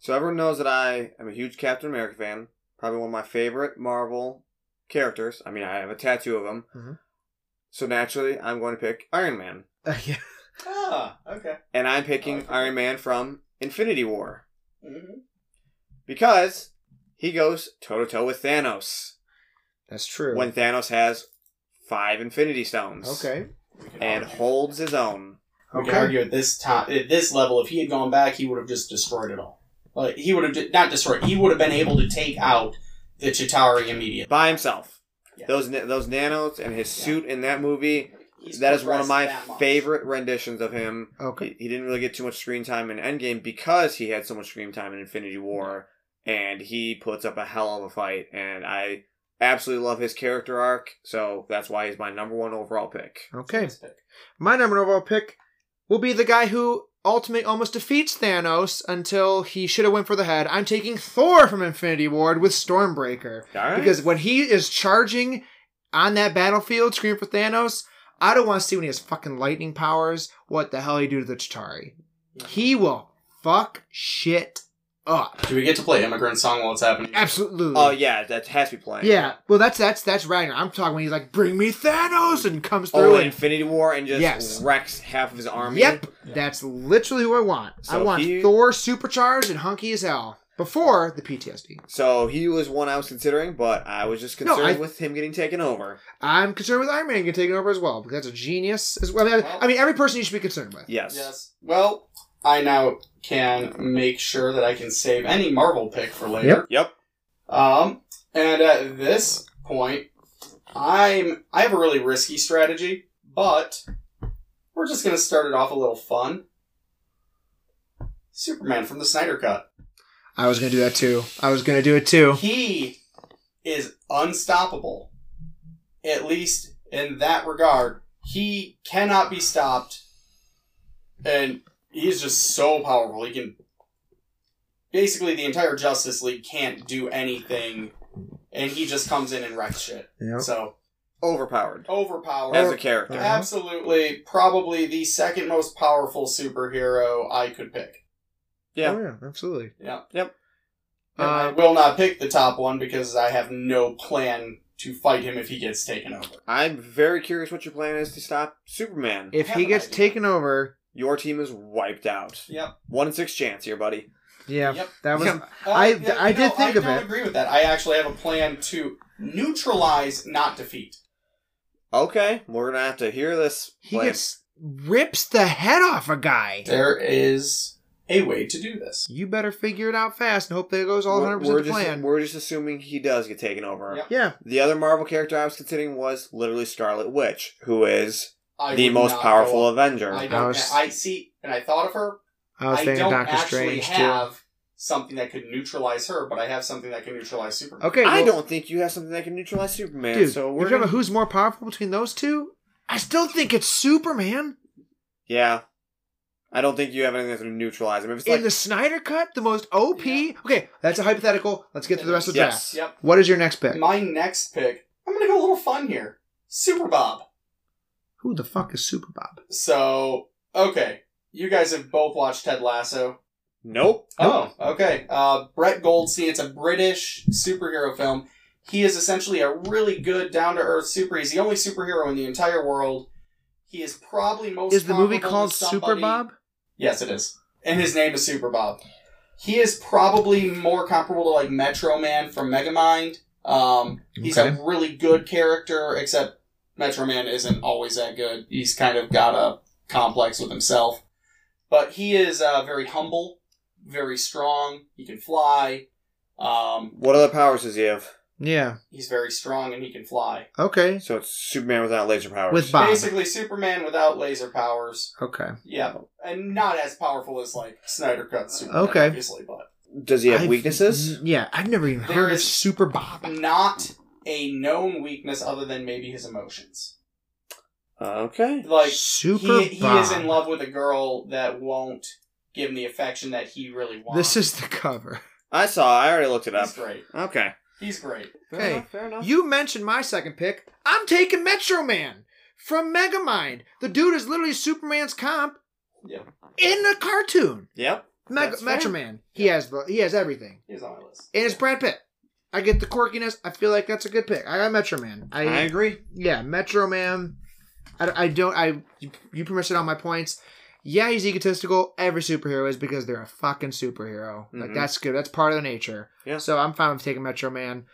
S4: So everyone knows that I am a huge Captain America fan. Probably one of my favorite Marvel characters. I mean, I have a tattoo of him.
S3: Mm-hmm.
S1: Mhm.
S4: So naturally, I'm going to pick Iron Man,
S1: yeah.
S3: Ah, Oh, okay.
S4: and I'm
S3: I
S4: picking
S3: like that.
S4: Iron Man from Infinity War
S3: hmm
S4: because he goes toe to toe with Thanos
S1: That's true.
S4: when Thanos has five Infinity Stones.
S1: okay.
S4: And holds his own.
S3: We
S1: Okay.
S3: can argue at this time, at this level, if he had gone back, he would have just destroyed it all. Like he would have di- not destroyed. He would have been able to take out the Chitauri immediately.
S4: by himself.
S3: Yeah.
S4: Those na- those nanos and his
S3: Yeah.
S4: suit in that movie.
S3: He's
S4: that is one of
S3: progressed
S4: my
S3: that much.
S4: favorite renditions of him.
S1: Okay.
S4: He, he didn't really get too much screen time in Endgame because he had so much screen time in Infinity War, and he puts up a hell of a fight. And I absolutely love his character arc, so that's why he's my number one overall pick.
S1: Okay. My number one overall pick will be the guy who ultimately almost defeats Thanos until he should have went for the head. I'm taking Thor from Infinity Ward with Stormbreaker.
S4: All right.
S1: Because when he is charging on that battlefield, screaming for Thanos, I don't want to see when he has fucking lightning powers what the hell he do to the Chitari. He will fuck shit up.
S3: Do we get to play Immigrant Song while it's happening?
S1: Absolutely.
S4: oh yeah, that has to be playing.
S1: Yeah. Well, that's that's that's Ragnar. I'm talking when he's like, "Bring me Thanos," and comes
S4: Oh,
S1: through.
S4: in
S1: and,
S4: Infinity War and just
S1: Yes.
S4: wrecks half of his army.
S1: yep, that's literally who I want. I
S4: So
S1: want
S4: he-
S1: Thor supercharged and hunky as hell before the PTSD.
S4: So he was one I was considering, but I was just
S1: No, I-
S4: concerned with him getting taken over.
S1: I'm concerned with Iron Man getting taken over as well because that's a genius as well. I mean, I- I mean, every person you should be concerned with.
S4: Yes.
S3: Yes. Well, I now can make sure that I can save any Marvel pick for later.
S1: Yep.
S4: Yep.
S3: Um, and at this point, I'm I have a really risky strategy, but we're just gonna start it off a little fun. Superman from the Snyder Cut.
S1: I was gonna do that too. I was gonna do it too.
S3: He is unstoppable. At least in that regard, he cannot be stopped, and he's just so powerful. He can basically the entire Justice League can't do anything, and he just comes in and wrecks shit. So
S4: Overpowered
S3: overpowered.
S4: as a character.
S1: Uh-huh.
S3: Absolutely, probably the second most powerful superhero I could pick.
S4: Yeah.
S1: Oh, yeah, absolutely.
S3: Yeah.
S4: Yep.
S3: And I
S1: Uh,
S3: will not pick the top one because I have no plan to fight him if he gets taken over.
S4: I'm very curious what your plan is to stop Superman.
S1: if
S3: have
S1: he
S3: an
S1: gets
S3: idea.
S1: taken over,
S4: your team is wiped out.
S3: Yep.
S4: One in six chance here, buddy.
S1: yeah,
S3: Yep.
S1: that was.
S4: Yeah.
S3: Uh,
S1: I-
S3: you
S1: I did think
S3: I
S1: of
S3: don't
S1: it.
S3: agree with that. I actually have a plan to neutralize, not defeat.
S4: Okay, we're gonna have to hear this.
S1: He
S4: plan.
S1: gets rips the head off a guy.
S3: There is a way to do this.
S1: You better figure it out fast and hope that it goes all
S4: We're-
S1: 100
S4: we're
S1: percent
S4: just-
S1: plan.
S4: We're just assuming he does get taken over.
S3: Yep.
S1: Yeah,
S4: The other Marvel character I was considering was literally Scarlet Witch, who is
S3: I
S4: the
S3: would
S4: most
S3: not
S4: powerful
S3: go-
S4: Avenger.
S3: I
S1: I
S3: don't.
S1: was-
S3: I see, and I thought of her.
S1: I was
S3: I
S1: thinking
S3: don't
S1: Doctor
S3: actually
S1: Strange
S3: have something that could neutralize her, but I have something that can neutralize
S1: too.
S3: Superman.
S1: Okay,
S4: I
S1: well,
S4: don't think you have something that can neutralize Superman.
S1: Dude,
S4: so
S1: if
S4: we're
S1: you're talking about who's more powerful between those two, I still think it's Superman.
S4: yeah. I don't think you have anything that's gonna neutralize him. If it's
S1: In
S4: like
S1: the Snyder Cut, the most OP. Okay, that's a hypothetical. Let's get to the rest of the
S4: Yes.
S1: draft.
S3: Yep.
S1: What is your next pick?
S3: My next pick, I'm gonna go a little fun here. Super Bob.
S1: Who the fuck is Super Bob?
S3: So okay, you guys have both watched Ted Lasso.
S4: nope,
S3: Oh, okay. Uh, Brett Goldstein. It's a British superhero film. He is essentially a really good, down to earth super. He's the only superhero in the entire world. He is probably most.
S1: Is the movie
S3: comparable to
S1: called Super
S3: somebody-
S1: Bob?
S3: Yes, it is. And his name is Super Bob. He is probably more comparable to like Metro Man from Megamind. Um, he's
S1: Okay.
S3: a really good character, except Metro Man isn't always that good. He's kind of got a complex with himself. But he is uh, very humble, very strong. He can fly. Um,
S4: what other powers does he have?
S1: Yeah.
S3: He's very strong and he can fly.
S1: Okay.
S4: So it's Superman without laser powers.
S1: With Bob.
S3: Basically, Superman without laser powers.
S1: Okay.
S3: Yeah, and not as powerful as like Snyder Cut Superman,
S1: Okay.
S3: obviously, but
S4: Does he have
S1: I've-
S4: weaknesses?
S1: n- Yeah, I've never even
S3: There
S1: heard of
S3: is-
S1: Super Bob.
S3: not a known weakness other than maybe his emotions.
S4: Okay.
S3: Like
S1: Super
S3: he, he
S1: Bob.
S3: is in love with a girl that won't give him the affection that he really wants.
S1: This is the cover.
S4: I saw. I already looked it up.
S3: he's great.
S2: Okay.
S3: He's great.
S4: Fair
S1: Okay.
S4: enough, fair enough.
S1: You mentioned my second pick. I'm taking Metro Man from Megamind. The dude is literally Superman's comp
S3: Yeah,
S1: in a cartoon.
S4: Yep.
S1: Meg-
S4: That's
S1: Metro
S4: fair.
S1: Man. He has the he has everything.
S3: he's on my list.
S1: And it's Brad Pitt. I get the quirkiness. I feel like that's a good pick. I got Metro Man. I,
S2: I agree.
S1: yeah, Metro Man. I, I don't. I you, you pretty much hit all my points. Yeah, he's egotistical. Every superhero is because they're a fucking superhero. Like
S4: Mhm.
S1: that's good. That's part of the nature.
S4: Yeah.
S1: So I'm fine with taking Metro Man.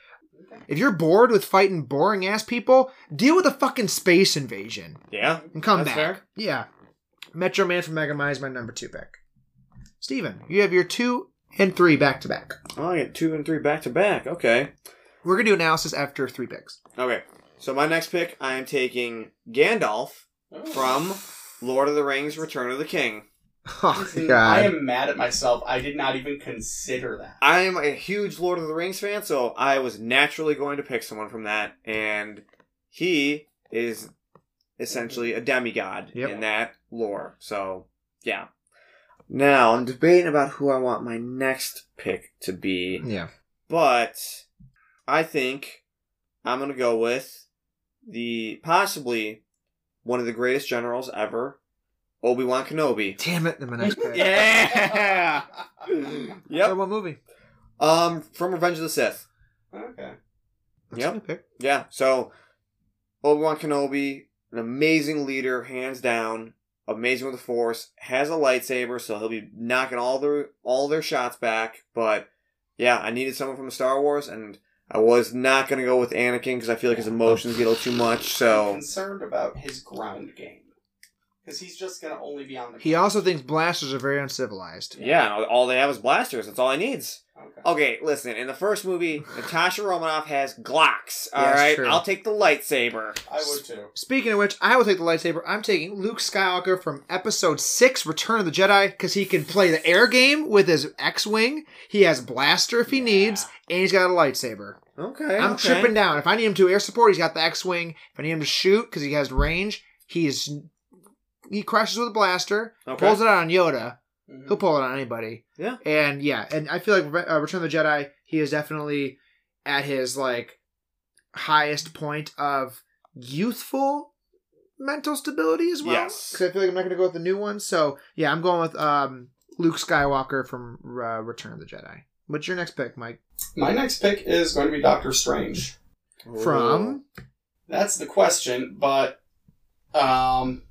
S1: If you're bored with fighting boring ass people, deal with a fucking space invasion
S4: Yeah.
S1: and come
S4: That's
S1: back.
S4: fair.
S1: Yeah. Metro Man from Mega Mind is my number two pick. Steven, you have your two and three back to back.
S4: Oh, I get two and three back to back. Okay.
S1: We're gonna do analysis after three picks.
S4: Okay. So my next pick, I am taking Gandalf
S3: Oh.
S4: from Lord of the Rings: Return of the King.
S1: Oh
S3: I
S1: god.
S3: am mad at myself. I did not even consider that.
S4: I am a huge Lord of the Rings fan, so I was naturally going to pick someone from that, and he is essentially a demigod
S1: Yep.
S4: in that lore. So, yeah. Now I'm debating about who I want my next pick to be,
S1: Yeah.
S4: but I think I'm gonna go with the possibly one of the greatest generals ever, Obi Wan Kenobi.
S1: Damn it, I'm a nice pick.
S2: Yeah.
S1: So
S4: Yep.
S1: what movie?
S4: Um, from Revenge of the Sith.
S3: okay.
S1: That's
S4: Yep.
S1: a good pick.
S4: Yeah, so Obi Wan Kenobi, an amazing leader, hands down, amazing with the Force, has a lightsaber, so he'll be knocking all their all their shots back. But yeah, I needed someone from Star Wars, and I was not gonna go with Anakin because I feel like his emotions get a little too much.
S3: I'm
S4: So
S3: concerned about his ground game because he's just gonna only be on the.
S1: He also thinks blasters are very uncivilized.
S4: yeah, all they have is blasters. That's all he needs.
S3: Okay.
S4: Okay, listen. In the first movie, Natasha Romanoff has Glocks. All
S1: Yeah, that's
S4: right,
S1: true.
S4: I'll take the lightsaber.
S3: I would too.
S1: Speaking of which, I will take the lightsaber. I'm taking Luke Skywalker from Episode Six: Return of the Jedi because he can play the air game with his X-wing. He has blaster if he
S3: Yeah.
S1: needs, and he's got a lightsaber.
S4: Okay,
S1: I'm
S4: okay.
S1: tripping down. If I need him to air support, he's got the X-wing. If I need him to shoot because he has range, he's he crashes with a blaster,
S4: Okay.
S1: pulls it out on Yoda.
S3: Mhm.
S1: He'll pull it on anybody.
S4: Yeah.
S1: And yeah, and I feel like Re- uh, Return of the Jedi, he is definitely at his like highest point of youthful mental stability as well.
S4: Yes.
S1: 'Cause I feel like I'm not going to go with the new one. So yeah, I'm going with um, Luke Skywalker from uh, Return of the Jedi. What's your next pick, Mike?
S3: My next pick is going to be Doctor Strange.
S1: From
S3: That's the question, but um,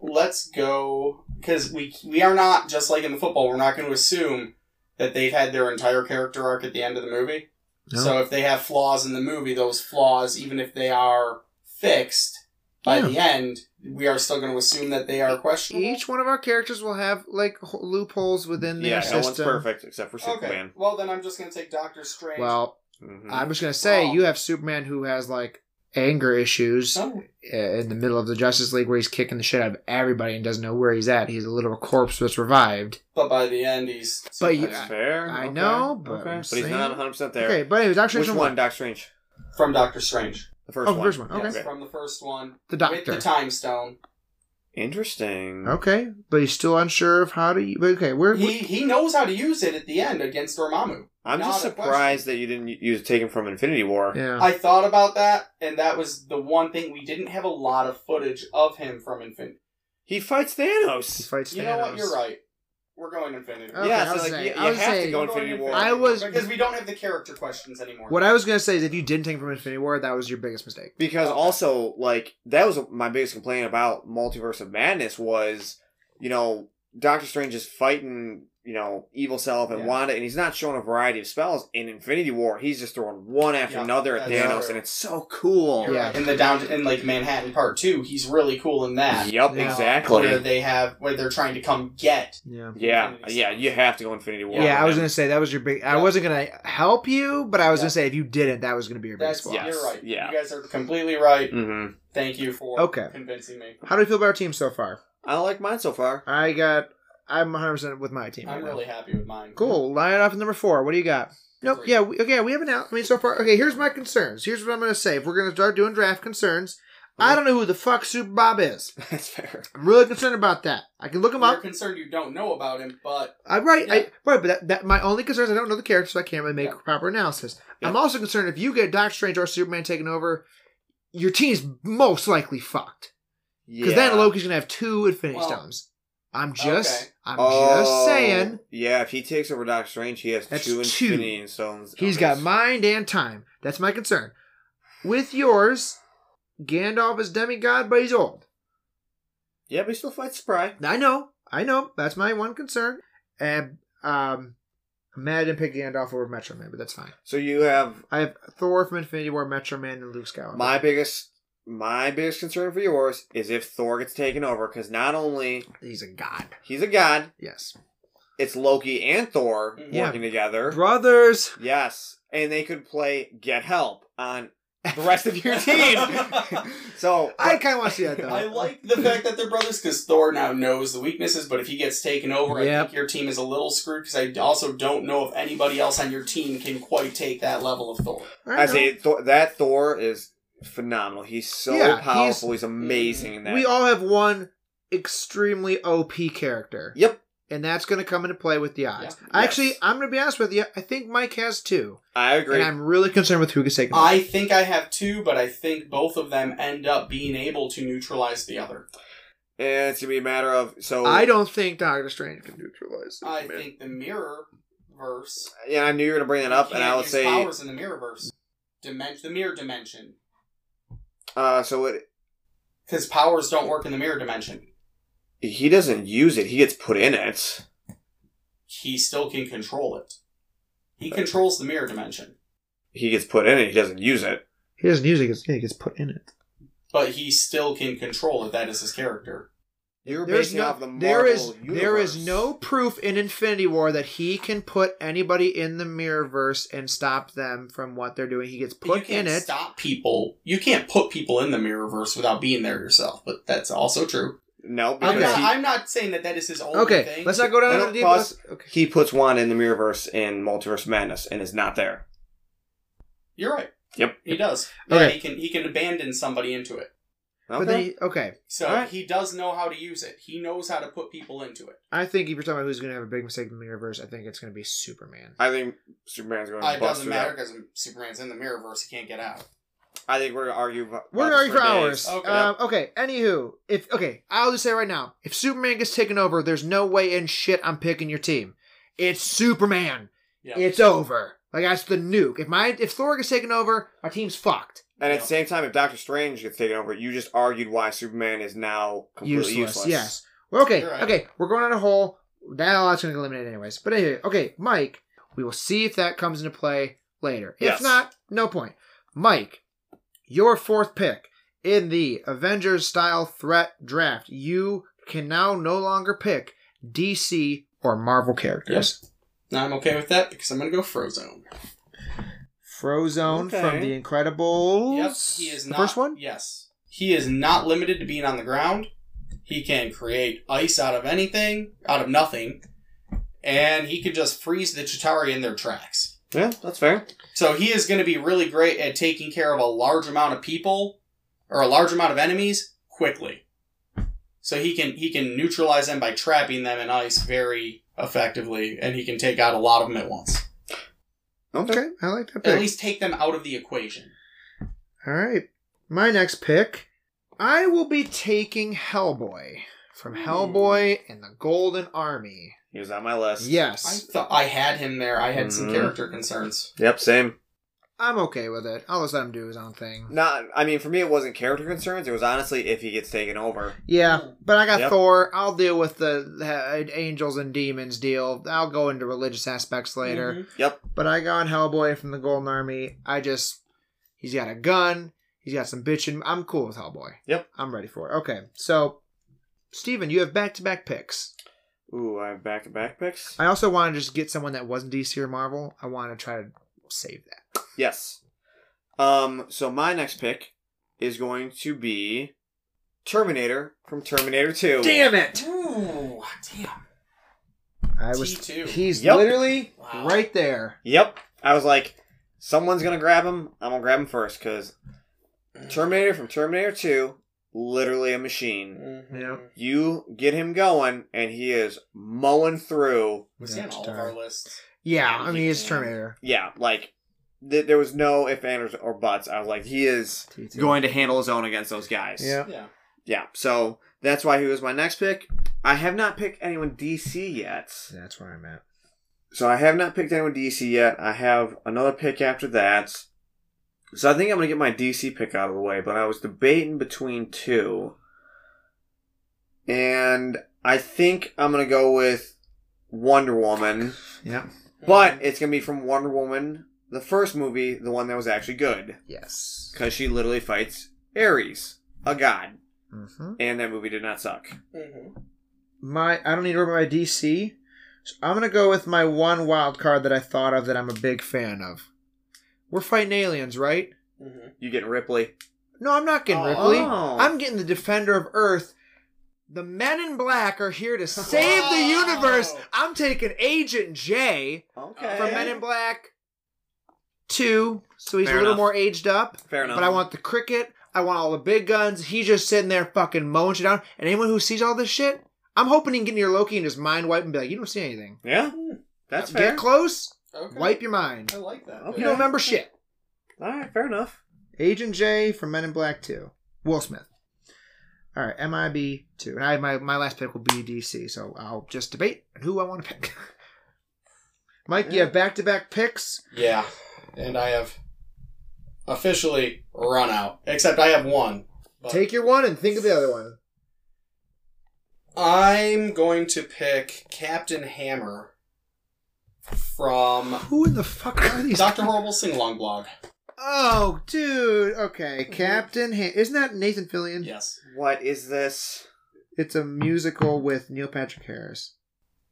S3: let's go because we we are not just like in the football. We're not going to assume that they've had their entire character arc at the end of the movie.
S1: No.
S3: So if they have flaws in the movie, those flaws, even if they are fixed by
S1: Yeah.
S3: the end, we are still going to assume that they are questionable.
S1: each one of our characters will have like ho- loopholes within their
S4: Yeah, no
S1: system.
S4: one's perfect except for
S3: okay.
S4: Superman.
S3: Well, then I'm just going to take Doctor Strange.
S1: Well,
S4: Mhm.
S1: I'm just going to say
S3: Oh.
S1: you have Superman who has like anger issues.
S3: Oh,
S1: uh, in the middle of the Justice League where he's kicking the shit out of everybody and doesn't know where he's at. He's a little corpse that's revived.
S3: but by the end, he's
S1: But you-
S4: That's fair.
S1: I know, but I'm
S4: but he's not
S1: saying-
S4: 100 percent there.
S1: Okay, but anyways, Doctor
S4: Which
S1: Strange
S4: one,
S1: one.
S4: Doctor Strange?
S3: from Doctor Strange.
S4: The first
S1: Oh,
S4: one.
S1: first one, okay.
S3: Yes, from the first one
S1: The
S3: with the
S1: Doctor.
S3: time stone.
S4: Interesting.
S1: Okay, but he's still unsure of how to. u- but Okay, where?
S3: He he knows how to use it at the end against Dormammu.
S4: I'm
S3: Not
S4: just
S3: a
S4: surprised that you didn't use taken from Infinity War.
S1: yeah.
S3: I thought about that, and that was the one thing we didn't have a lot of footage of him from Infinity.
S4: He fights
S1: He
S4: Thanos.
S1: fights
S3: You know what?
S1: Thanos.
S3: You're right. We're going Infinity.
S1: Okay,
S4: yeah,
S1: I
S4: so
S1: was
S4: like
S1: saying-
S4: you,
S1: I
S4: you
S1: was
S4: have
S1: saying-
S4: to go
S3: We're going
S4: Infinity War.
S1: I was-
S3: because we don't have the character questions anymore.
S1: What I was gonna say is, if you didn't take from Infinity War, that was your biggest mistake.
S4: because also like that was my biggest complaint about Multiverse of Madness was you know Doctor Strange is fighting you know, evil self and
S1: Yeah.
S4: Wanda, and he's not showing a variety of spells. In Infinity War, he's just throwing one after
S3: Yeah,
S4: another at
S3: that's
S4: Thanos,
S3: true.
S4: and it's so cool.
S1: Yeah.
S3: in the down in like Manhattan Part Two, he's really cool in that.
S4: Yep,
S1: Yeah.
S4: exactly.
S3: Where they have where they're trying to come get.
S1: Yeah.
S4: Yeah,
S3: Infinity
S4: yeah,
S3: Stones.
S4: you have to go Infinity War.
S1: Yeah, I was
S4: man.
S1: gonna say that was your big. I
S3: Yeah.
S1: wasn't gonna help you, but I was
S3: Yeah.
S1: gonna say if you didn't, that was gonna be your big
S3: That's
S1: spot.
S4: yeah. Yes,
S3: you're right.
S4: yeah.
S3: You guys are completely right.
S4: Mhm.
S3: Thank you for
S1: Okay.
S3: convincing me.
S1: How do we feel about our team so far?
S4: I like mine so far.
S1: I got. I'm 100 percent with my team.
S3: I'm
S1: right now.
S3: really happy with mine.
S1: Cool. Line it off at number four. What do you got? Nope.
S3: Three.
S1: Yeah. We, okay. We haven't. out- I mean, so far. Okay. Here's my concerns. Here's what I'm gonna say. If we're gonna start doing draft concerns, I don't know who the fuck Super Bob is.
S4: That's fair.
S1: I'm really concerned about that. I can look him
S3: You're
S1: up.
S3: concerned you don't know about him, but
S1: I'm right. I,
S3: Yeah.
S1: right. But that, that my only concern is I don't know the character, so I can't really make
S3: Yeah.
S1: a proper analysis. I'm
S4: Yeah.
S1: also concerned if you get Doctor Strange or Superman taken over, your team's most likely fucked.
S4: Yeah.
S1: Because then Loki's gonna have two Infinity
S3: Well,
S1: Stones. I'm just,
S3: okay.
S1: I'm
S4: Oh,
S1: just saying,
S4: Yeah, if he takes over Doctor Strange, he has
S1: That's
S4: two
S1: two.
S4: Infinity Stones.
S1: he's
S4: on
S1: got
S4: his-
S1: mind and time. That's my concern. With yours, Gandalf is demigod, but he's old.
S4: Yeah, but he still fights Spry.
S1: I know, I know. That's my one concern. And um, I'm mad I didn't pick Gandalf over Metro Man, but that's fine.
S4: So you have
S1: I have Thor from Infinity War, Metro Man, and Luke Skywalker.
S4: my biggest, my biggest concern for yours is if Thor gets taken over, because not only
S1: he's a god.
S4: he's a god,
S1: Yes,
S4: it's Loki and Thor
S1: Yeah.
S4: working together.
S1: brothers.
S4: Yes, and they could play Get Help on the rest of your team. so
S1: I kind of want to see that though.
S3: I like the fact that they're brothers because Thor now knows the weaknesses. But if he gets taken over, I
S1: Yep.
S3: think your team is a little screwed because I also don't know if anybody else on your team can quite take that level of Thor.
S4: I
S1: know.
S4: say Thor, that Thor is phenomenal. He's so
S1: Yeah,
S4: powerful. He's, amazing in that.
S1: we all have one extremely OP character.
S4: Yep,
S1: and that's going to come into play with the odds.
S3: Yeah.
S1: Actually,
S4: Yes.
S1: I'm going to be honest with you. I think Mike has two,
S4: I agree.
S1: and I'm really concerned with who gets taken.
S3: I think I have two, but I think both of them end up being able to neutralize the other.
S4: and it's gonna be a matter of so.
S1: I don't think Doctor Strange can neutralize.
S3: I
S1: Superman.
S3: think the mirror verse.
S4: Yeah, I knew you were gonna bring that up, and I would say
S3: powers in the mirror verse. Dimen- the mirror dimension,
S4: uh, so. It
S3: because powers don't work in the mirror dimension.
S4: he doesn't use it. He gets put in it.
S3: He still can control it. He controls the mirror dimension,
S4: He gets put in it. He doesn't use it.
S1: he doesn't use it; it's- it gets put in it.
S3: but he still can control it. That is his character.
S4: You're
S1: There's
S4: basing
S1: no,
S4: off the Marvel
S1: there is there
S4: universe.
S1: is no proof in Infinity War that he can put anybody in the Mirrorverse and stop them from what they're doing. He gets
S3: But you
S1: put in
S3: can't
S1: it.
S3: stop people. You can't put people in the mirror verse without being there yourself. But that's also true.
S4: no.
S1: I'm
S4: Because
S3: I'm not,
S4: he,
S3: I'm not saying that that is his only
S1: Okay,
S3: thing.
S1: let's not go down
S4: No,
S1: to the deep.
S4: pause.
S1: let's- Okay.
S4: he puts Wanda in the Mirrorverse in Multiverse Madness and is not there.
S3: You're right.
S4: Yep.
S3: He does. Yeah,
S1: Okay.
S3: he can. He can abandon somebody into it.
S1: But then he- okay.
S3: So
S4: All right.
S3: he does know how to use it. He knows how to put people into it.
S1: I think if you're talking about who's going to have a big mistake in the Mirrorverse, I think it's going to be Superman.
S4: I think Superman's going to
S3: Uh, It
S4: bust
S3: doesn't
S4: through that.
S3: matter because Superman's in the mirror verse. He can't get out.
S4: I think we're going to argue. about
S1: We're
S4: this
S1: already for
S4: days.
S1: hours.
S3: Okay.
S1: Okay. Um, okay. Anywho, if okay, I'll just say right now, if Superman gets taken over, there's no way in shit I'm picking your team. It's Superman.
S3: Yeah.
S1: It's over. Like that's the nuke. If my if Thor gets taken over, my team's fucked.
S4: And at
S3: Yeah.
S4: the same time, if Doctor Strange gets taken over, you just argued why Superman is now completely
S1: Useless,
S4: useless.
S1: yes. Well, okay.
S3: You're right.
S1: Okay. We're going on a hole. That all that's going to eliminate anyways. But anyway, okay, Mike. We will see if that comes into play later. If
S4: Yes.
S1: not, no point. Mike, your fourth pick in the Avengers style threat draft. You can now no longer pick DC or Marvel characters.
S3: Now I'm okay with that because I'm gonna go Frozone.
S1: Frozone
S4: Okay.
S1: from The Incredibles.
S3: Yep, he is
S1: the
S3: not.
S1: first one.
S3: Yes, he is not limited to being on the ground. He can create ice out of anything, out of nothing, and he can just freeze the Chitari in their tracks.
S4: Yeah, that's fair.
S3: So he is going to be really great at taking care of a large amount of people or a large amount of enemies quickly. So he can he can neutralize them by trapping them in ice very effectively, and he can take out a lot of them at once.
S1: Okay, I like that pick.
S3: At least take them out of the equation.
S1: All right. My next pick, I will be taking Hellboy
S4: Hmm.
S1: from Hellboy and the Golden Army.
S4: He was on my list.
S3: I
S1: Yes. Mm-hmm.
S3: thought I had him there. I had some
S4: Mhm.
S3: character concerns.
S4: Yep, same.
S1: I'm okay with it. I'll just let him do his own thing.
S4: Not, I mean, for me, it wasn't character concerns. It was honestly if he gets taken over.
S1: Yeah, but I got
S4: Yep.
S1: Thor. I'll deal with the, the angels and demons deal. I'll go into religious aspects later.
S4: Mm-hmm.
S3: Mhm.
S1: But I got Hellboy from the Golden Army. I just he's got a gun. He's got some bitching. I'm cool with Hellboy.
S4: Yep.
S1: I'm ready for it. Okay, so Steven, you have back to back picks.
S4: Ooh, I have back to back picks.
S1: I also want to just get someone that wasn't DC or Marvel. I want to try to save that.
S4: Yes. Um. So my next pick is going to be Terminator from Terminator Two.
S1: it!
S3: Mm-hmm. Ooh, damn.
S1: I was.
S3: T2.
S1: He's
S4: Yep.
S1: literally
S3: Wow.
S1: right there.
S4: Yep. I was like, someone's gonna grab him. I'm gonna grab him first because Terminator from Terminator Two, literally a machine.
S3: Mhm.
S1: Yeah.
S4: You get him going, and he is mowing through.
S3: Was he on all of our lists?
S1: Yeah, I mean he's
S3: Yeah.
S1: Terminator.
S4: Yeah, like th- there was no if ands or buts. I was like, he is
S1: T2.
S2: Going to handle his own against those guys.
S1: Yeah.
S3: Yeah.
S4: yeah. So that's why he was my next pick. I have not picked anyone DC yet.
S1: That's where I'm at.
S4: So I have not picked anyone DC yet. I have another pick after that. So I think I'm gonna get my DC pick out of the way, but I was debating between two. And I think I'm gonna go with Wonder Woman.
S1: Yeah.
S3: Mm-hmm.
S4: But it's gonna be from Wonder Woman, the first movie, the one that was actually good.
S1: Yes.
S4: Because she literally fights Ares, a god.
S1: Mm-hmm.
S4: And that movie did not suck.
S3: Mhm.
S1: my I don't need to remember my DC. So I'm gonna go with my one wild card that I thought of that I'm a big fan of. We're fighting aliens, right?
S3: Mhm.
S4: You getting Ripley.
S1: No, I'm not getting
S3: Oh.
S1: Ripley. I'm getting the Defender of Earth. The Men in Black are here to save the
S3: Wow.
S1: universe. I'm taking Agent J
S4: okay.
S1: from Men in Black Two, so he's
S2: Fair
S1: a little
S2: enough.
S1: more aged up.
S4: Fair enough.
S1: But I want the cricket. I want all the big guns. He's just sitting there fucking mowing shit down. And anyone who sees all this shit, I'm hoping he can get near Loki and just mind wipe and be like, you don't see anything.
S4: Yeah, that's
S1: Hmm. Get
S4: fair.
S1: close,
S3: Okay.
S1: wipe your mind.
S3: I like that.
S4: Okay.
S1: You don't remember shit.
S4: All right, fair enough.
S1: Agent J from Men in Black 2. Will Smith. All right, MIB 2. And I my, my last pick will be DC, so I'll just debate who I want to pick. Mike, you have back to back picks.
S3: Yeah. And I have officially run out. Except I have one. But
S1: Take your one and think of the other one.
S3: I'm going to pick Captain Hammer from
S1: Who in the fuck are these?
S3: Dr. Horrible Sing Long Blog.
S1: Oh, dude. Okay, Captain. Ha- Isn't that Nathan Fillion?
S3: Yes.
S4: What is this?
S1: It's a musical with Neil Patrick Harris.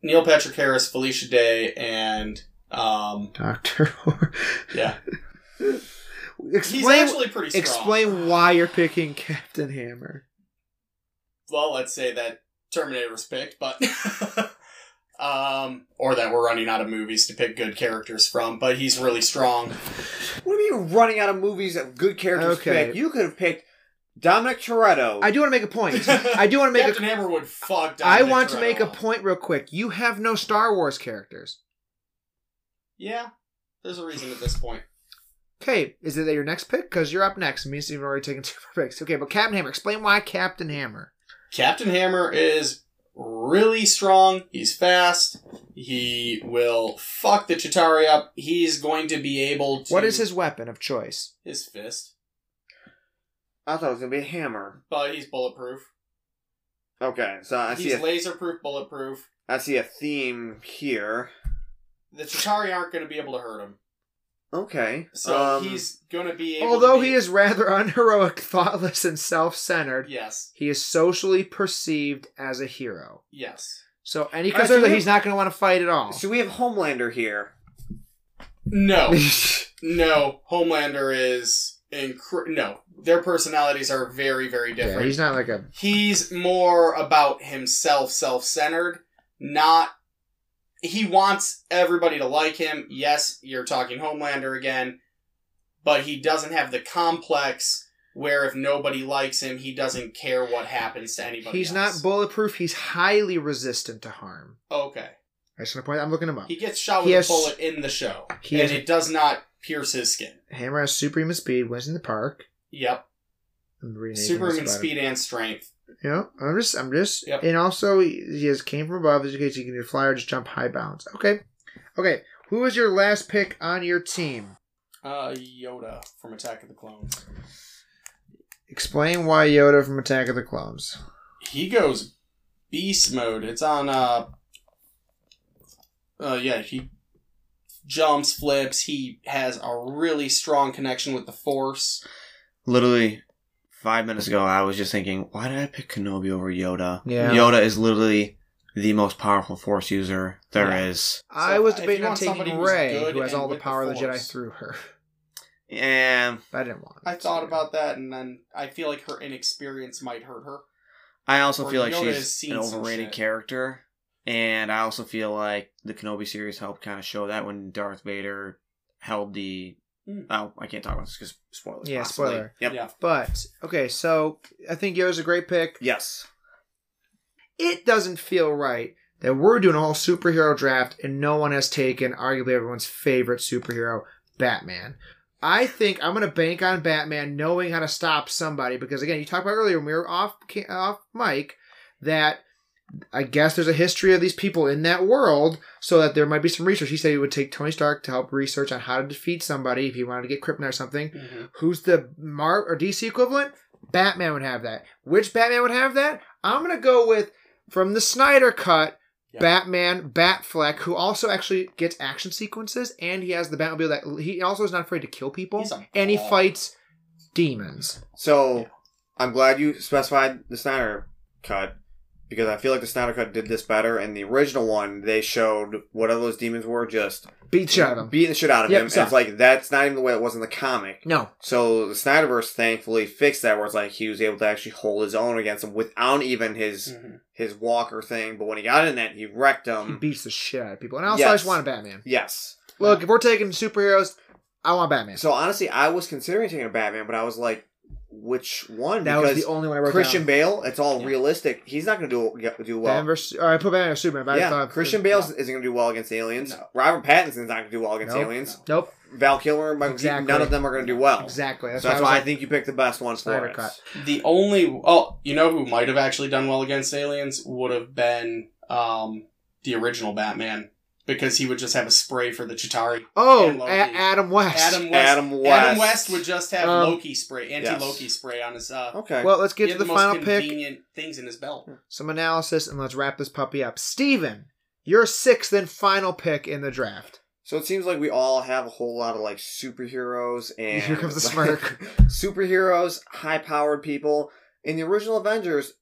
S3: Neil Patrick Harris, Felicia Day, and um
S1: Doctor. Who.
S3: yeah. He's
S1: explain.
S3: actually pretty strong.
S1: Explain why you're picking Captain Hammer.
S3: well, let's say that Terminator was picked, but um, or that we're running out of movies to pick good characters from. But he's really strong.
S4: What do you mean running out of movies of good characters to
S1: Okay.
S4: pick? You could have picked Dominic Toretto.
S1: I do want to make a point. I do want to make
S3: Captain
S1: a.
S3: Hammer would fuck.
S1: I
S3: Dominic
S1: want to
S3: Toretto
S1: make a
S3: up.
S1: point real quick. You have no Star Wars characters.
S3: Yeah, there's a reason at this point.
S1: Okay, is it your next pick? Because you're up next. Me and Steve have already taken two picks. Okay, but Captain Hammer. Explain why Captain Hammer.
S3: Captain Hammer is really strong. He's fast. He will fuck the Chitari up. He's going to be able to.
S1: What is his weapon of choice?
S3: his fist?
S4: I thought it was gonna be a hammer.
S3: But he's bulletproof.
S4: Okay, so I see
S3: he's
S4: a,
S3: laser proof, bulletproof.
S4: I see a theme here.
S3: The Chitari aren't going to be able to hurt him.
S4: Okay,
S3: So
S4: um,
S3: he's going to be able
S1: Although
S3: to be-
S1: he is rather unheroic, thoughtless, and self-centered,
S3: Yes.
S1: He is socially perceived as a hero.
S3: Yes.
S1: So any
S4: Alright,
S1: concern
S4: so
S1: that
S4: you-
S1: he's not going to want to fight at all.
S4: So we have Homelander here.
S3: No. no. Homelander is incre- no. Their personalities are very very
S1: yeah,
S3: different.
S1: he's not like a
S3: he's more about himself, self-centered, not he wants everybody to like him. Yes, you're talking Homelander again, but he doesn't have the complex where if nobody likes him, he doesn't care what happens to anybody.
S1: he's
S3: else.
S1: not bulletproof. He's highly resistant to harm.
S3: okay.
S1: I just want to point. I'm looking him up.
S3: He gets shot
S1: He
S3: with
S1: has-
S3: a bullet in the show,
S1: he
S3: and
S1: has-
S3: it does not pierce his skin.
S1: Hammer has superhuman speed. Wins in the park.
S3: Yep.
S1: I'm reading anything else
S3: Superhuman
S1: about him.
S3: speed and strength.
S1: Yeah, I'm just, I'm just,
S3: Yep.
S1: and also he he has came from above. As you can see, he can do fly or just jump high bounds. Okay, okay. Who is your last pick on your team?
S3: Uh, Yoda from Attack of the Clones.
S1: Explain why Yoda from Attack of the Clones.
S3: He goes beast mode. It's on uh uh yeah, he jumps, flips, he has a really strong connection with the force.
S2: Literally five minutes ago, I was just thinking, why did I pick Kenobi over Yoda?
S1: Yeah.
S2: Yoda is literally the most powerful Force user there is.
S3: Yeah.
S1: I
S3: if-
S1: was
S3: if you
S1: debating on
S3: want somebody
S1: taking
S3: who's
S1: Ray,
S3: good
S1: who has
S3: and
S1: all the
S3: with the
S1: power of the Jedi
S3: Force.
S1: through her.
S2: And
S1: I didn't want.
S3: I
S1: it.
S3: thought about that and then I feel like her inexperience might hurt her.
S2: I also
S3: Or
S2: feel like
S3: Yoda has
S2: she's
S3: seen
S2: an
S3: some
S2: overrated
S3: shit.
S2: character. And I also feel like the Kenobi series helped kind of show that when Darth Vader held the.
S3: Mm.
S2: Oh, I can't talk about this because spoilers.
S1: Yeah,
S2: possibly.
S1: spoiler.
S2: Yep.
S3: Yeah.
S1: But okay, so I think Yoda's a great pick.
S2: Yes.
S1: It doesn't feel right that we're doing a whole superhero draft and no one has taken arguably everyone's favorite superhero, Batman. I think I'm going to bank on Batman knowing how to stop somebody because again, you talked about earlier when we were off ca- off mic that I guess there's a history of these people in that world, so that there might be some research. He said he would take Tony Stark to help research on how to defeat somebody if he wanted to get Krypton or something. Who's the Mar or DC equivalent? Batman would have that. Which Batman would have that? I'm gonna go with from the Snyder cut,
S3: Yeah.
S1: Batman Batfleck, who also actually gets action sequences, and he has the Batmobile that he also is not afraid to kill people,
S3: He's a
S1: and he
S3: baller.
S1: fights demons.
S4: So
S3: Yeah.
S4: I'm glad you specified the Snyder cut because I feel like the Snyder cut did this better. And the original one, they showed whatever those demons were just
S1: Beat shit out of him.
S4: beating the shit out of
S1: Yep,
S4: him. And
S1: Um, so-
S4: it's like that's not even the way it was in the comic.
S1: No,
S4: So the Snyderverse thankfully fixed that, where it's like he was able to actually hold his own against him without even his
S3: Mhm.
S4: his Walker thing. But when he got in that, he wrecked
S1: he
S4: him.
S1: beats the shit out of people. And also, I
S4: Yes.
S1: just want a Batman.
S4: yes.
S1: Look, if we're taking superheroes, I want Batman.
S4: So honestly, I was considering taking a Batman, but I was like, which one?
S1: that was
S4: because
S1: the only one I wrote
S4: Christian
S1: down.
S4: Bale, it's all
S2: Yeah.
S4: realistic. He's not going to do do well.
S1: Batman versus, or I put Batman or Superman. But I
S4: yeah,
S1: thought
S4: Christian Bale isn't going to do well against aliens.
S3: No.
S4: Robert Pattinson's not going to do well against
S1: Nope.
S4: aliens.
S1: Nope,
S4: Val Kilmer, Michael
S1: Exactly.
S4: Keaton, none of them are going to do well.
S1: exactly. That's,
S4: so that's
S1: why,
S4: why
S1: I
S4: I
S1: was
S4: think you picked the best ones for
S1: Snyder
S4: us.
S1: cut.
S3: The only oh, you know who might have actually done well against aliens would have been um the original Batman because he would just have a spray for the Chitari.
S1: like, oh,
S3: and
S1: A-
S3: Loki.
S1: Adam West.
S3: Adam West.
S4: Adam West.
S3: Adam West would just have
S1: Um,
S3: Loki spray, anti Loki spray on his. Uh,
S4: Okay.
S1: Well, let's
S3: he
S1: get to
S3: had
S1: the,
S3: most
S1: final pick,
S3: convenient things in his belt.
S1: some analysis, and let's wrap this puppy up. Steven, your sixth and final pick in the draft.
S4: so it seems like we all have a whole lot of like superheroes and
S1: Here comes the smirk.
S4: superheroes, high-powered people. In the original Avengers,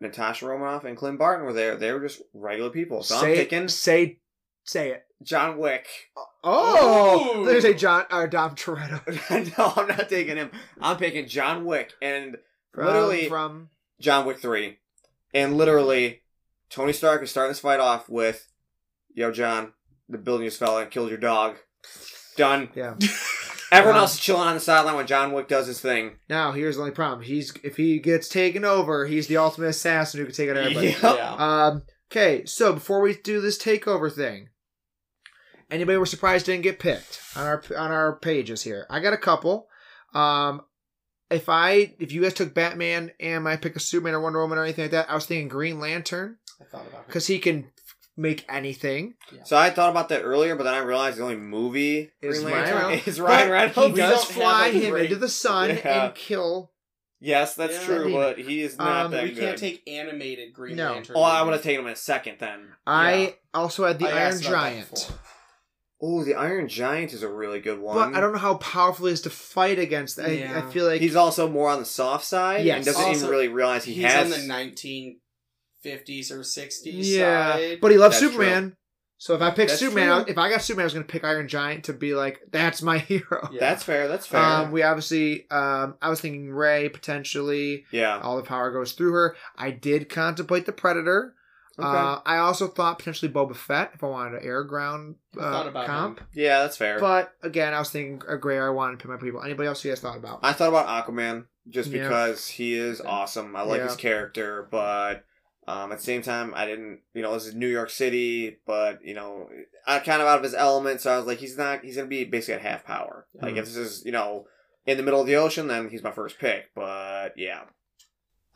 S4: Natasha Romanoff and Clint Barton were there. They were just regular people. So I'm
S1: say,
S4: picking
S1: say, say it.
S4: John Wick.
S1: Oh,
S3: Ooh.
S1: there's a John or Dom Toretto.
S4: no, I'm not taking him. I'm picking John Wick and
S1: From,
S4: Literally-
S1: from
S4: John Wick 3. And literally, Tony Stark is starting this fight off with Yo, John, the building is fell and killed your dog. Done.
S1: yeah. Uh-huh.
S4: Everyone
S1: Wow.
S4: else is chilling on the sideline when John Wick does his thing.
S1: Now here's the only problem. He's if he gets taken over, he's the ultimate assassin who can take out everybody.
S4: Yep.
S3: Yeah.
S1: Um, okay, so before we do this takeover thing, anybody we're surprised didn't get picked on our on our pages here. I got a couple. Um, if I if you guys took Batman and I pick a Superman or Wonder Woman or anything like that, I was thinking Green Lantern
S3: I thought about it.
S1: because he can make anything.
S4: So I thought about that earlier, but then I realized the only movie
S1: Is
S4: Green
S1: Ryan
S4: Lantern
S1: Reynolds.
S4: is Ryan
S1: But
S4: Reynolds.
S1: He does
S3: don't
S1: fly
S3: have a
S1: him
S3: great-
S1: into the sun
S4: Yeah.
S1: and kill.
S4: Yes, that's
S3: Yeah.
S4: true,
S1: That'd be-
S4: but he is not
S1: Um,
S4: that
S3: we
S4: good.
S3: can't take animated Green
S1: No.
S3: Lantern.
S4: oh, I would
S3: movies.
S4: have taken him in a second then.
S1: I also had the
S3: I
S1: Iron
S3: asked about that
S1: Giant.
S3: before.
S4: Oh, the Iron Giant is a really good one.
S1: But I don't know how powerful he is to fight against. I,
S3: Yeah.
S1: I feel like
S4: he's also more on the soft side
S1: Yes.
S4: and doesn't
S3: Also,
S4: even really realize he
S3: He's
S4: has.
S3: on the nineteen fifties or sixties.
S1: Yeah,
S3: side.
S1: but he loves
S4: That's
S1: Superman. So if I picked
S4: That's
S1: Superman,
S4: true.
S1: I- if I got Superman, I was going to pick Iron Giant to be like, that's my hero.
S3: Yeah.
S4: That's fair. That's fair.
S1: Um, we obviously, um, I was thinking Ray potentially.
S4: yeah.
S1: All the power goes through her. I did contemplate the Predator.
S4: Okay.
S1: Uh, I also thought potentially Boba Fett if I wanted an air ground
S3: I
S1: uh,
S3: thought about
S1: comp.
S4: yeah, that's fair.
S1: But again, I was thinking a Gray. I wanted to pick my people. Anybody else you guys thought about?
S4: I thought about Aquaman just
S1: Yeah.
S4: because he is awesome. I like
S1: Yeah.
S4: his character, but um, at the same time, I didn't. You know, this is New York City, but you know, I kind of out of his element. So I was like, he's not. He's gonna be basically at half power. Like
S1: Mhm.
S4: if this is you know in the middle of the ocean, then he's my first pick. But yeah,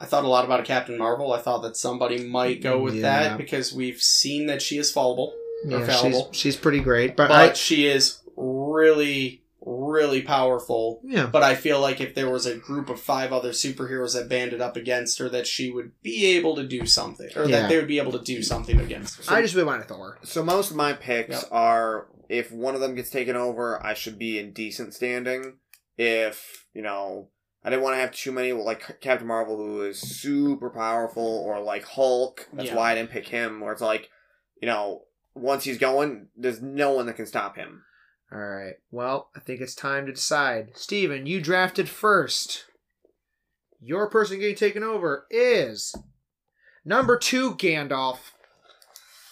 S3: I thought a lot about a Captain Marvel. I thought that somebody might go with
S1: Yeah.
S3: that because we've seen that she is fallible,
S1: Yeah, she's
S3: fallible.
S1: she's pretty great, but,
S3: but
S1: I,
S3: she is really, really powerful.
S1: Yeah.
S3: But I feel like if there was a group of five other superheroes that banded up against her, that she would be able to do something, or
S1: Yeah.
S3: that they would be able to do something against her.
S1: I just really wanted Thor.
S4: So most of my picks
S3: Yep.
S4: are if one of them gets taken over, I should be in decent standing. If you know, I didn't want to have too many like Captain Marvel, who is super powerful, or like Hulk. That's
S3: Yeah.
S4: why I didn't pick him. Where it's like, you know, once he's going, there's no one that can stop him.
S1: All right. Well, I think it's time to decide. Steven, you drafted first. Your person getting taken over is number two, Gandalf.